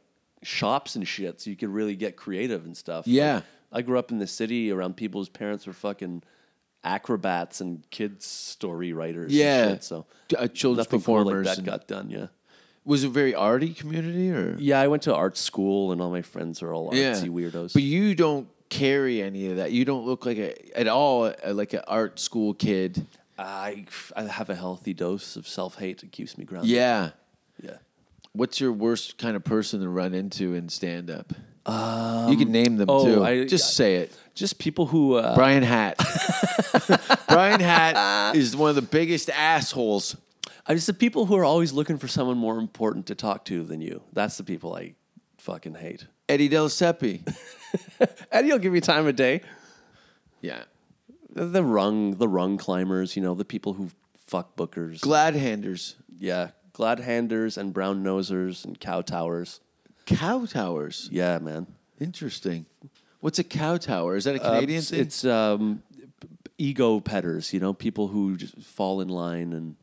[SPEAKER 6] shops and shit, so you could really get creative and stuff.
[SPEAKER 5] Yeah.
[SPEAKER 6] I grew up in the city around people whose parents were fucking acrobats and kids story writers. and
[SPEAKER 5] Yeah.
[SPEAKER 6] shit, so
[SPEAKER 5] Uh, children's
[SPEAKER 6] nothing cool like
[SPEAKER 5] performers
[SPEAKER 6] that
[SPEAKER 5] and-
[SPEAKER 6] got done. Yeah,
[SPEAKER 5] Was it very arty community or
[SPEAKER 6] yeah. I went to art school, and all my friends are all artsy weirdos.
[SPEAKER 5] But you don't carry any of that. You don't look like a at all a, like an art school kid.
[SPEAKER 6] I, I have a healthy dose of self hate that keeps me grounded.
[SPEAKER 5] Yeah.
[SPEAKER 6] yeah.
[SPEAKER 5] What's your worst kind of person to run into in stand up? you can name them
[SPEAKER 6] oh,
[SPEAKER 5] too.
[SPEAKER 6] I-
[SPEAKER 5] just say it.
[SPEAKER 6] Just people who uh,
[SPEAKER 5] Brian Hat. Brian Hat is one of the biggest assholes.
[SPEAKER 6] I just the people who are always looking for someone more important to talk to than you. That's the people I fucking hate.
[SPEAKER 5] Eddie Del Seppi.
[SPEAKER 6] Eddie will give you time of day.
[SPEAKER 5] Yeah.
[SPEAKER 6] The, the rung, the rung climbers, you know, the people who fuck bookers.
[SPEAKER 5] Glad handers.
[SPEAKER 6] yeah, glad handers and brown nosers and cow towers.
[SPEAKER 5] Cow towers.
[SPEAKER 6] Yeah, man.
[SPEAKER 5] Interesting. What's a cow tower? Is that a Canadian
[SPEAKER 6] it's,
[SPEAKER 5] thing?
[SPEAKER 6] it's, um, ego pedders, you know, people who just fall in line and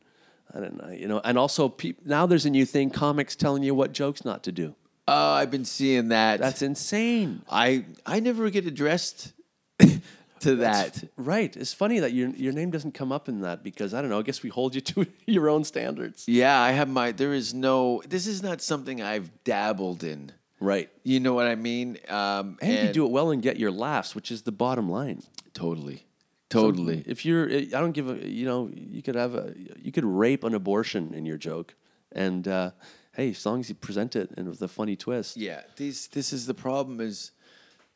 [SPEAKER 6] I don't know, you know, and also peop now there's a new thing, comics telling you what jokes not to do.
[SPEAKER 5] oh, I've been seeing that.
[SPEAKER 6] That's insane.
[SPEAKER 5] I I never get addressed to that.
[SPEAKER 6] Right. It's funny that your your name doesn't come up in that because I don't know. I guess we hold you to your own standards.
[SPEAKER 5] Yeah, I have my. There is no. This is not something I've dabbled in.
[SPEAKER 6] Right.
[SPEAKER 5] You know what I mean? Um,
[SPEAKER 6] And, you do it well and get your laughs, which is the bottom line.
[SPEAKER 5] totally, totally.
[SPEAKER 6] If you're, eh, I don't give a, you know, you could have a, you could rape an abortion in your joke, and uh, hey, as long as you present it and with a funny twist,
[SPEAKER 5] yeah. These. This is the problem. Is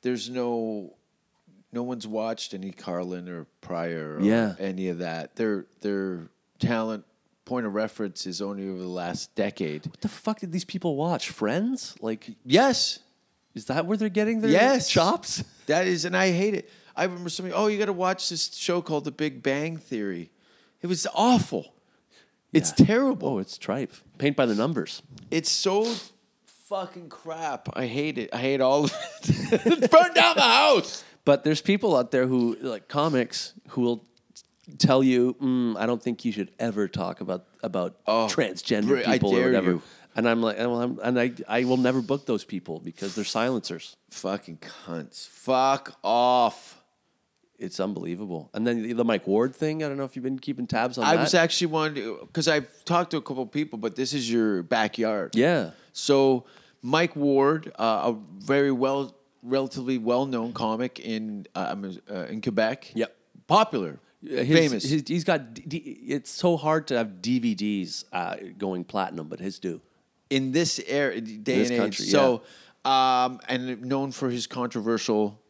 [SPEAKER 5] there's no. No one's watched any Carlin or Pryor or
[SPEAKER 6] Yeah.
[SPEAKER 5] any of that. Their their talent point of reference is only over the last decade.
[SPEAKER 6] what the fuck did these people watch? Friends? Like,
[SPEAKER 5] Yes,
[SPEAKER 6] is that where they're getting their
[SPEAKER 5] Yes.
[SPEAKER 6] chops?
[SPEAKER 5] That is, and I hate it. I remember somebody, oh, you got to watch this show called The Big Bang Theory. It was awful. It's
[SPEAKER 6] Yeah.
[SPEAKER 5] terrible.
[SPEAKER 6] Oh, it's tripe. Paint by the numbers.
[SPEAKER 5] It's so fucking crap. I hate it. I hate all of it. Burn down the house.
[SPEAKER 6] But there's people out there who like comics who will tell you, mm, I don't think you should ever talk about about
[SPEAKER 5] Oh, br-
[SPEAKER 6] transgender
[SPEAKER 5] I
[SPEAKER 6] people
[SPEAKER 5] dare
[SPEAKER 6] or whatever.
[SPEAKER 5] you.
[SPEAKER 6] And I'm like, well, I'm, and I I will never book those people because they're silencers.
[SPEAKER 5] Fucking cunts. Fuck off.
[SPEAKER 6] it's unbelievable. And then the, the Mike Ward thing. I don't know if you've been keeping tabs on
[SPEAKER 5] I
[SPEAKER 6] that.
[SPEAKER 5] was actually wanting because I've talked to a couple people, but this is your backyard.
[SPEAKER 6] yeah.
[SPEAKER 5] So Mike Ward, uh, a very well, relatively well-known comic in uh, um, uh, in Quebec.
[SPEAKER 6] Yep.
[SPEAKER 5] popular,
[SPEAKER 6] Uh, His-
[SPEAKER 5] famous.
[SPEAKER 6] his- he's got. D- D- it's so hard to have DVDs uh, going platinum, but his do.
[SPEAKER 5] in this era, day
[SPEAKER 6] This
[SPEAKER 5] and
[SPEAKER 6] country,
[SPEAKER 5] age. So, um, and known for his controversial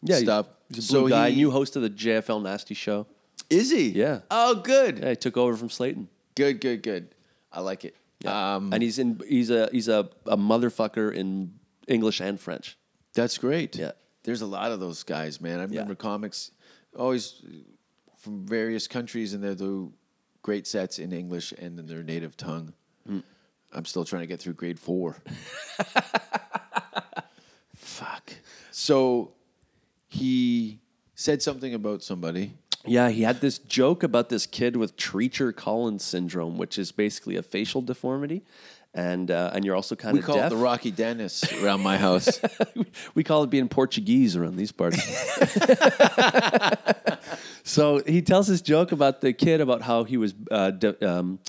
[SPEAKER 6] Yeah, he's-
[SPEAKER 5] stuff.
[SPEAKER 6] He's a
[SPEAKER 5] So
[SPEAKER 6] blue guy,
[SPEAKER 5] he-
[SPEAKER 6] new host of the JFL Nasty Show.
[SPEAKER 5] is he?
[SPEAKER 6] Yeah.
[SPEAKER 5] Oh, good,
[SPEAKER 6] Yeah, he took over from Slayton.
[SPEAKER 5] good, good, good. I like it. Um,
[SPEAKER 6] and he's in he's a he's a, a motherfucker in English and French.
[SPEAKER 5] That's great.
[SPEAKER 6] Yeah.
[SPEAKER 5] There's a lot of those guys, man. I remember comics always from various countries and they do great sets in English and in their native tongue.
[SPEAKER 6] Hmm.
[SPEAKER 5] I'm still trying to get through grade four. Fuck. So he said something about somebody.
[SPEAKER 6] Yeah, he had this joke about this kid with Treacher Collins syndrome, which is basically a facial deformity. And uh, and you're also kind
[SPEAKER 5] We
[SPEAKER 6] of
[SPEAKER 5] call
[SPEAKER 6] deaf.
[SPEAKER 5] it the Rocky Dennis around my house.
[SPEAKER 6] we call it being Portuguese around these parts. so he tells this joke about the kid about how he was because uh, de- um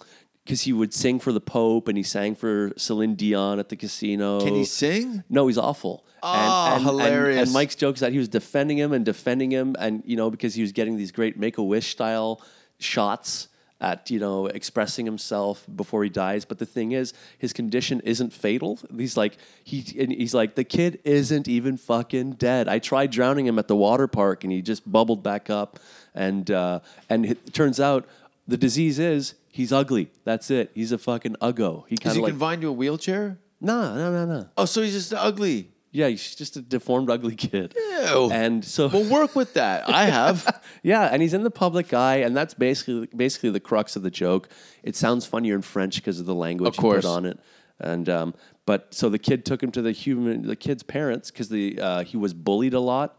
[SPEAKER 6] 'cause he would sing for the Pope and he sang for Celine Dion at the casino.
[SPEAKER 5] Can he sing?
[SPEAKER 6] No, he's awful. Oh,
[SPEAKER 5] Ah, hilarious.
[SPEAKER 6] And, Mike's joke is that he was defending him and defending him, and you know because he was getting these great Make a Wish style shots at you know expressing himself before he dies. But the thing is, his condition isn't fatal. He's like he and he's like the kid isn't even fucking dead. I tried drowning him at the water park, and he just bubbled back up, and uh, and it turns out the disease is. He's ugly. That's it. He's a fucking uggo. He
[SPEAKER 5] Is
[SPEAKER 6] kind
[SPEAKER 5] he
[SPEAKER 6] of like
[SPEAKER 5] confined to a wheelchair?
[SPEAKER 6] no, no, no, no.
[SPEAKER 5] Oh, so he's just ugly.
[SPEAKER 6] Yeah, he's just a deformed, ugly kid.
[SPEAKER 5] Ew.
[SPEAKER 6] And so,
[SPEAKER 5] Well, work with that. I have.
[SPEAKER 6] yeah, and he's in the public eye, and that's basically basically the crux of the joke. It sounds funnier in French because of the language
[SPEAKER 5] Of
[SPEAKER 6] you
[SPEAKER 5] course.
[SPEAKER 6] put on it. And um, but so the kid took him to the human, the kid's parents because the uh, he was bullied a lot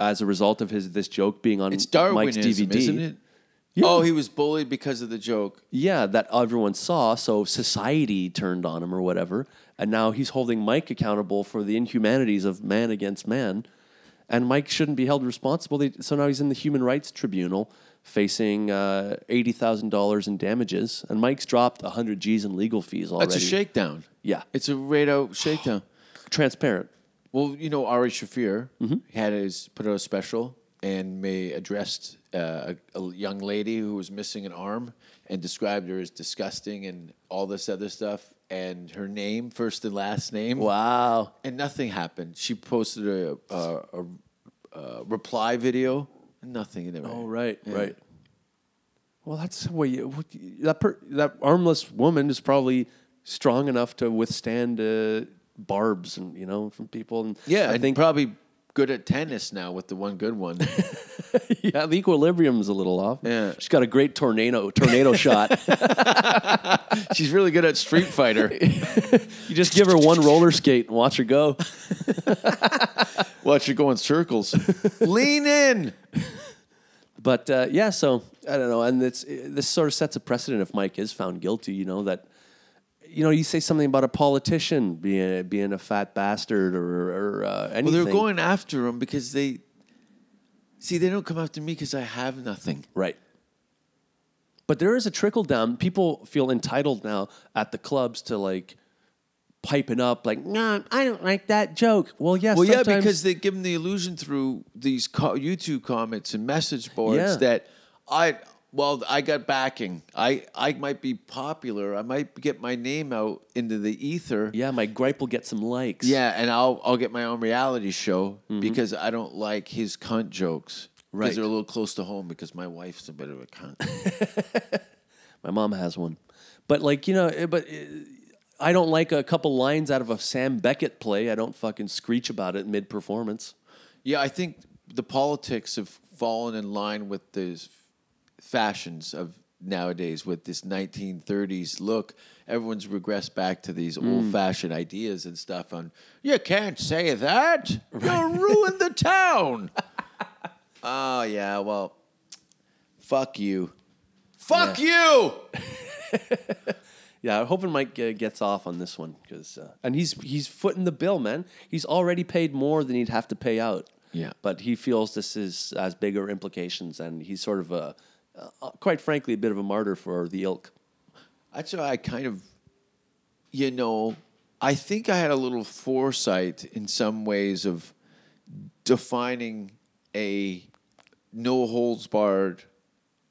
[SPEAKER 6] as a result of his this joke being on
[SPEAKER 5] It's
[SPEAKER 6] Mike's
[SPEAKER 5] Darwinism,
[SPEAKER 6] DVD.
[SPEAKER 5] isn't it? Oh, he was bullied because of the joke.
[SPEAKER 6] Yeah, that everyone saw. So society turned on him or whatever. And now he's holding Mike accountable for the inhumanities of man against man. And Mike shouldn't be held responsible. They, so now he's in the Human Rights Tribunal facing uh, $80,000 in damages. And Mike's dropped 100 G's in legal fees already.
[SPEAKER 5] That's a shakedown.
[SPEAKER 6] Yeah.
[SPEAKER 5] It's a radio shakedown.
[SPEAKER 6] Transparent.
[SPEAKER 5] Well, you know, Ari Shafir had his put out a special and may addressed uh, a, a young lady who was missing an arm and described her as disgusting and all this other stuff and her name, first and last name.
[SPEAKER 6] Wow.
[SPEAKER 5] And nothing happened. She posted a, a, a, a reply video. Nothing.
[SPEAKER 6] Oh, right, right. Well, that's the way you, what- that per, that armless woman is probably strong enough to withstand uh, barbs and you know from people. And
[SPEAKER 5] Yeah,
[SPEAKER 6] I
[SPEAKER 5] and
[SPEAKER 6] think
[SPEAKER 5] probably good at tennis now with the one good one.
[SPEAKER 6] yeah, the equilibrium's a little off.
[SPEAKER 5] Yeah.
[SPEAKER 6] she's got a great tornado tornado shot.
[SPEAKER 5] She's really good at Street Fighter.
[SPEAKER 6] You just give her one roller skate and watch her go.
[SPEAKER 5] Watch her go in circles. Lean in.
[SPEAKER 6] But uh, yeah, so I don't know, and it's this sort of sets a precedent if Mike is found guilty. You know that, you know, you say something about a politician being being a fat bastard or, or uh,
[SPEAKER 5] Well,
[SPEAKER 6] anything.
[SPEAKER 5] they're going after him because they see they don't come after me because I have nothing.
[SPEAKER 6] Right. But there is a trickle down. People feel entitled now at the clubs to like piping up, like, no, I don't like that joke. Well, yes,
[SPEAKER 5] Well, yeah,
[SPEAKER 6] sometimes-
[SPEAKER 5] because they give them the illusion through these co- YouTube comments and message boards
[SPEAKER 6] Yeah.
[SPEAKER 5] that I well I got backing. I I might be popular. I might get my name out into the ether.
[SPEAKER 6] yeah, my gripe will get some likes.
[SPEAKER 5] Yeah, and I'll I'll get my own reality show because I don't like his cunt jokes.
[SPEAKER 6] Mm-hmm. Right.
[SPEAKER 5] Because they're a little close to home because my wife's a bit of a cunt.
[SPEAKER 6] My mom has one. But like, you know, eh, but eh, I don't like a couple lines out of a Sam Beckett play. I don't fucking screech about it mid performance.
[SPEAKER 5] yeah, I think the politics have fallen in line with the f- fashions of nowadays with this 1930s look. Everyone's regressed back to these old-fashioned ideas and stuff on you can't say that. You'll ruin the town. oh yeah, well fuck you. Fuck you.
[SPEAKER 6] Yeah, I'm hoping Mike uh, gets off on this one because, uh, and he's he's footing the bill, man. He's already paid more than he'd have to pay out.
[SPEAKER 5] Yeah.
[SPEAKER 6] But he feels this is has bigger implications, and he's sort of a, uh, quite frankly, a bit of a martyr for the ilk.
[SPEAKER 5] That's why I kind of, you know, I think I had a little foresight in some ways of defining a no holds barred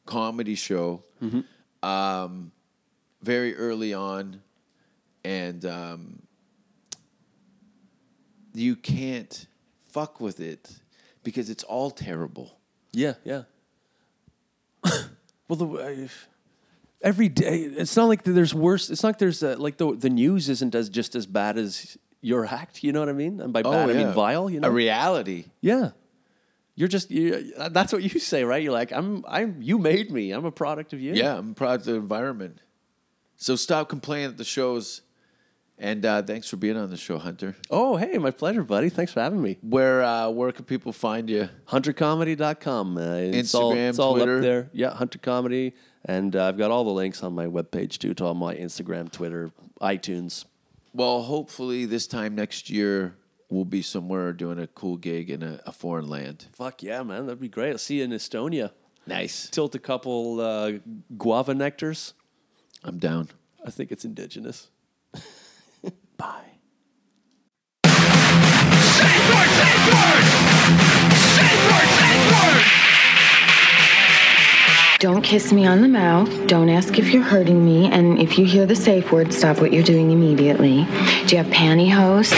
[SPEAKER 5] comedy show
[SPEAKER 6] Mm-hmm.
[SPEAKER 5] um, very early on, and um, you can't fuck with it because it's all terrible.
[SPEAKER 6] Yeah, yeah. well, the I- every day, it's not like there's worse. It's not like there's uh like the the news isn't as just as bad as your act. You know what I mean? And by bad, Oh, I mean vile. You know,
[SPEAKER 5] a reality.
[SPEAKER 6] yeah. You're just you, that's what you say, right? You're like, I'm, I'm. You made me. I'm a product of you.
[SPEAKER 5] Yeah, I'm proud of the environment. So stop complaining at the shows. And uh, thanks for being on the show, Hunter.
[SPEAKER 6] Oh, hey, my pleasure, buddy. Thanks for having me.
[SPEAKER 5] Where uh, where can people find you?
[SPEAKER 6] HunterComedy.com. Uh, it's all,
[SPEAKER 5] Instagram,
[SPEAKER 6] it's all
[SPEAKER 5] Twitter.
[SPEAKER 6] up there. Yeah, Hunter Comedy. And uh, I've got all the links on my webpage, too, to all my Instagram, Twitter, iTunes.
[SPEAKER 5] Well, hopefully this time next year we'll be somewhere doing a cool gig in a, a foreign land.
[SPEAKER 6] Fuck yeah, man. That'd be great. I'll see you in Estonia.
[SPEAKER 5] Nice.
[SPEAKER 6] Tilt a couple uh, guava nectars.
[SPEAKER 5] I'm down.
[SPEAKER 6] I think it's indigenous. Bye.
[SPEAKER 3] Safe word, safe word! Safe word, safe word!
[SPEAKER 7] Don't kiss me on the mouth. Don't ask if you're hurting me. And if you hear the safe word, stop what you're doing immediately. Do you have pantyhose?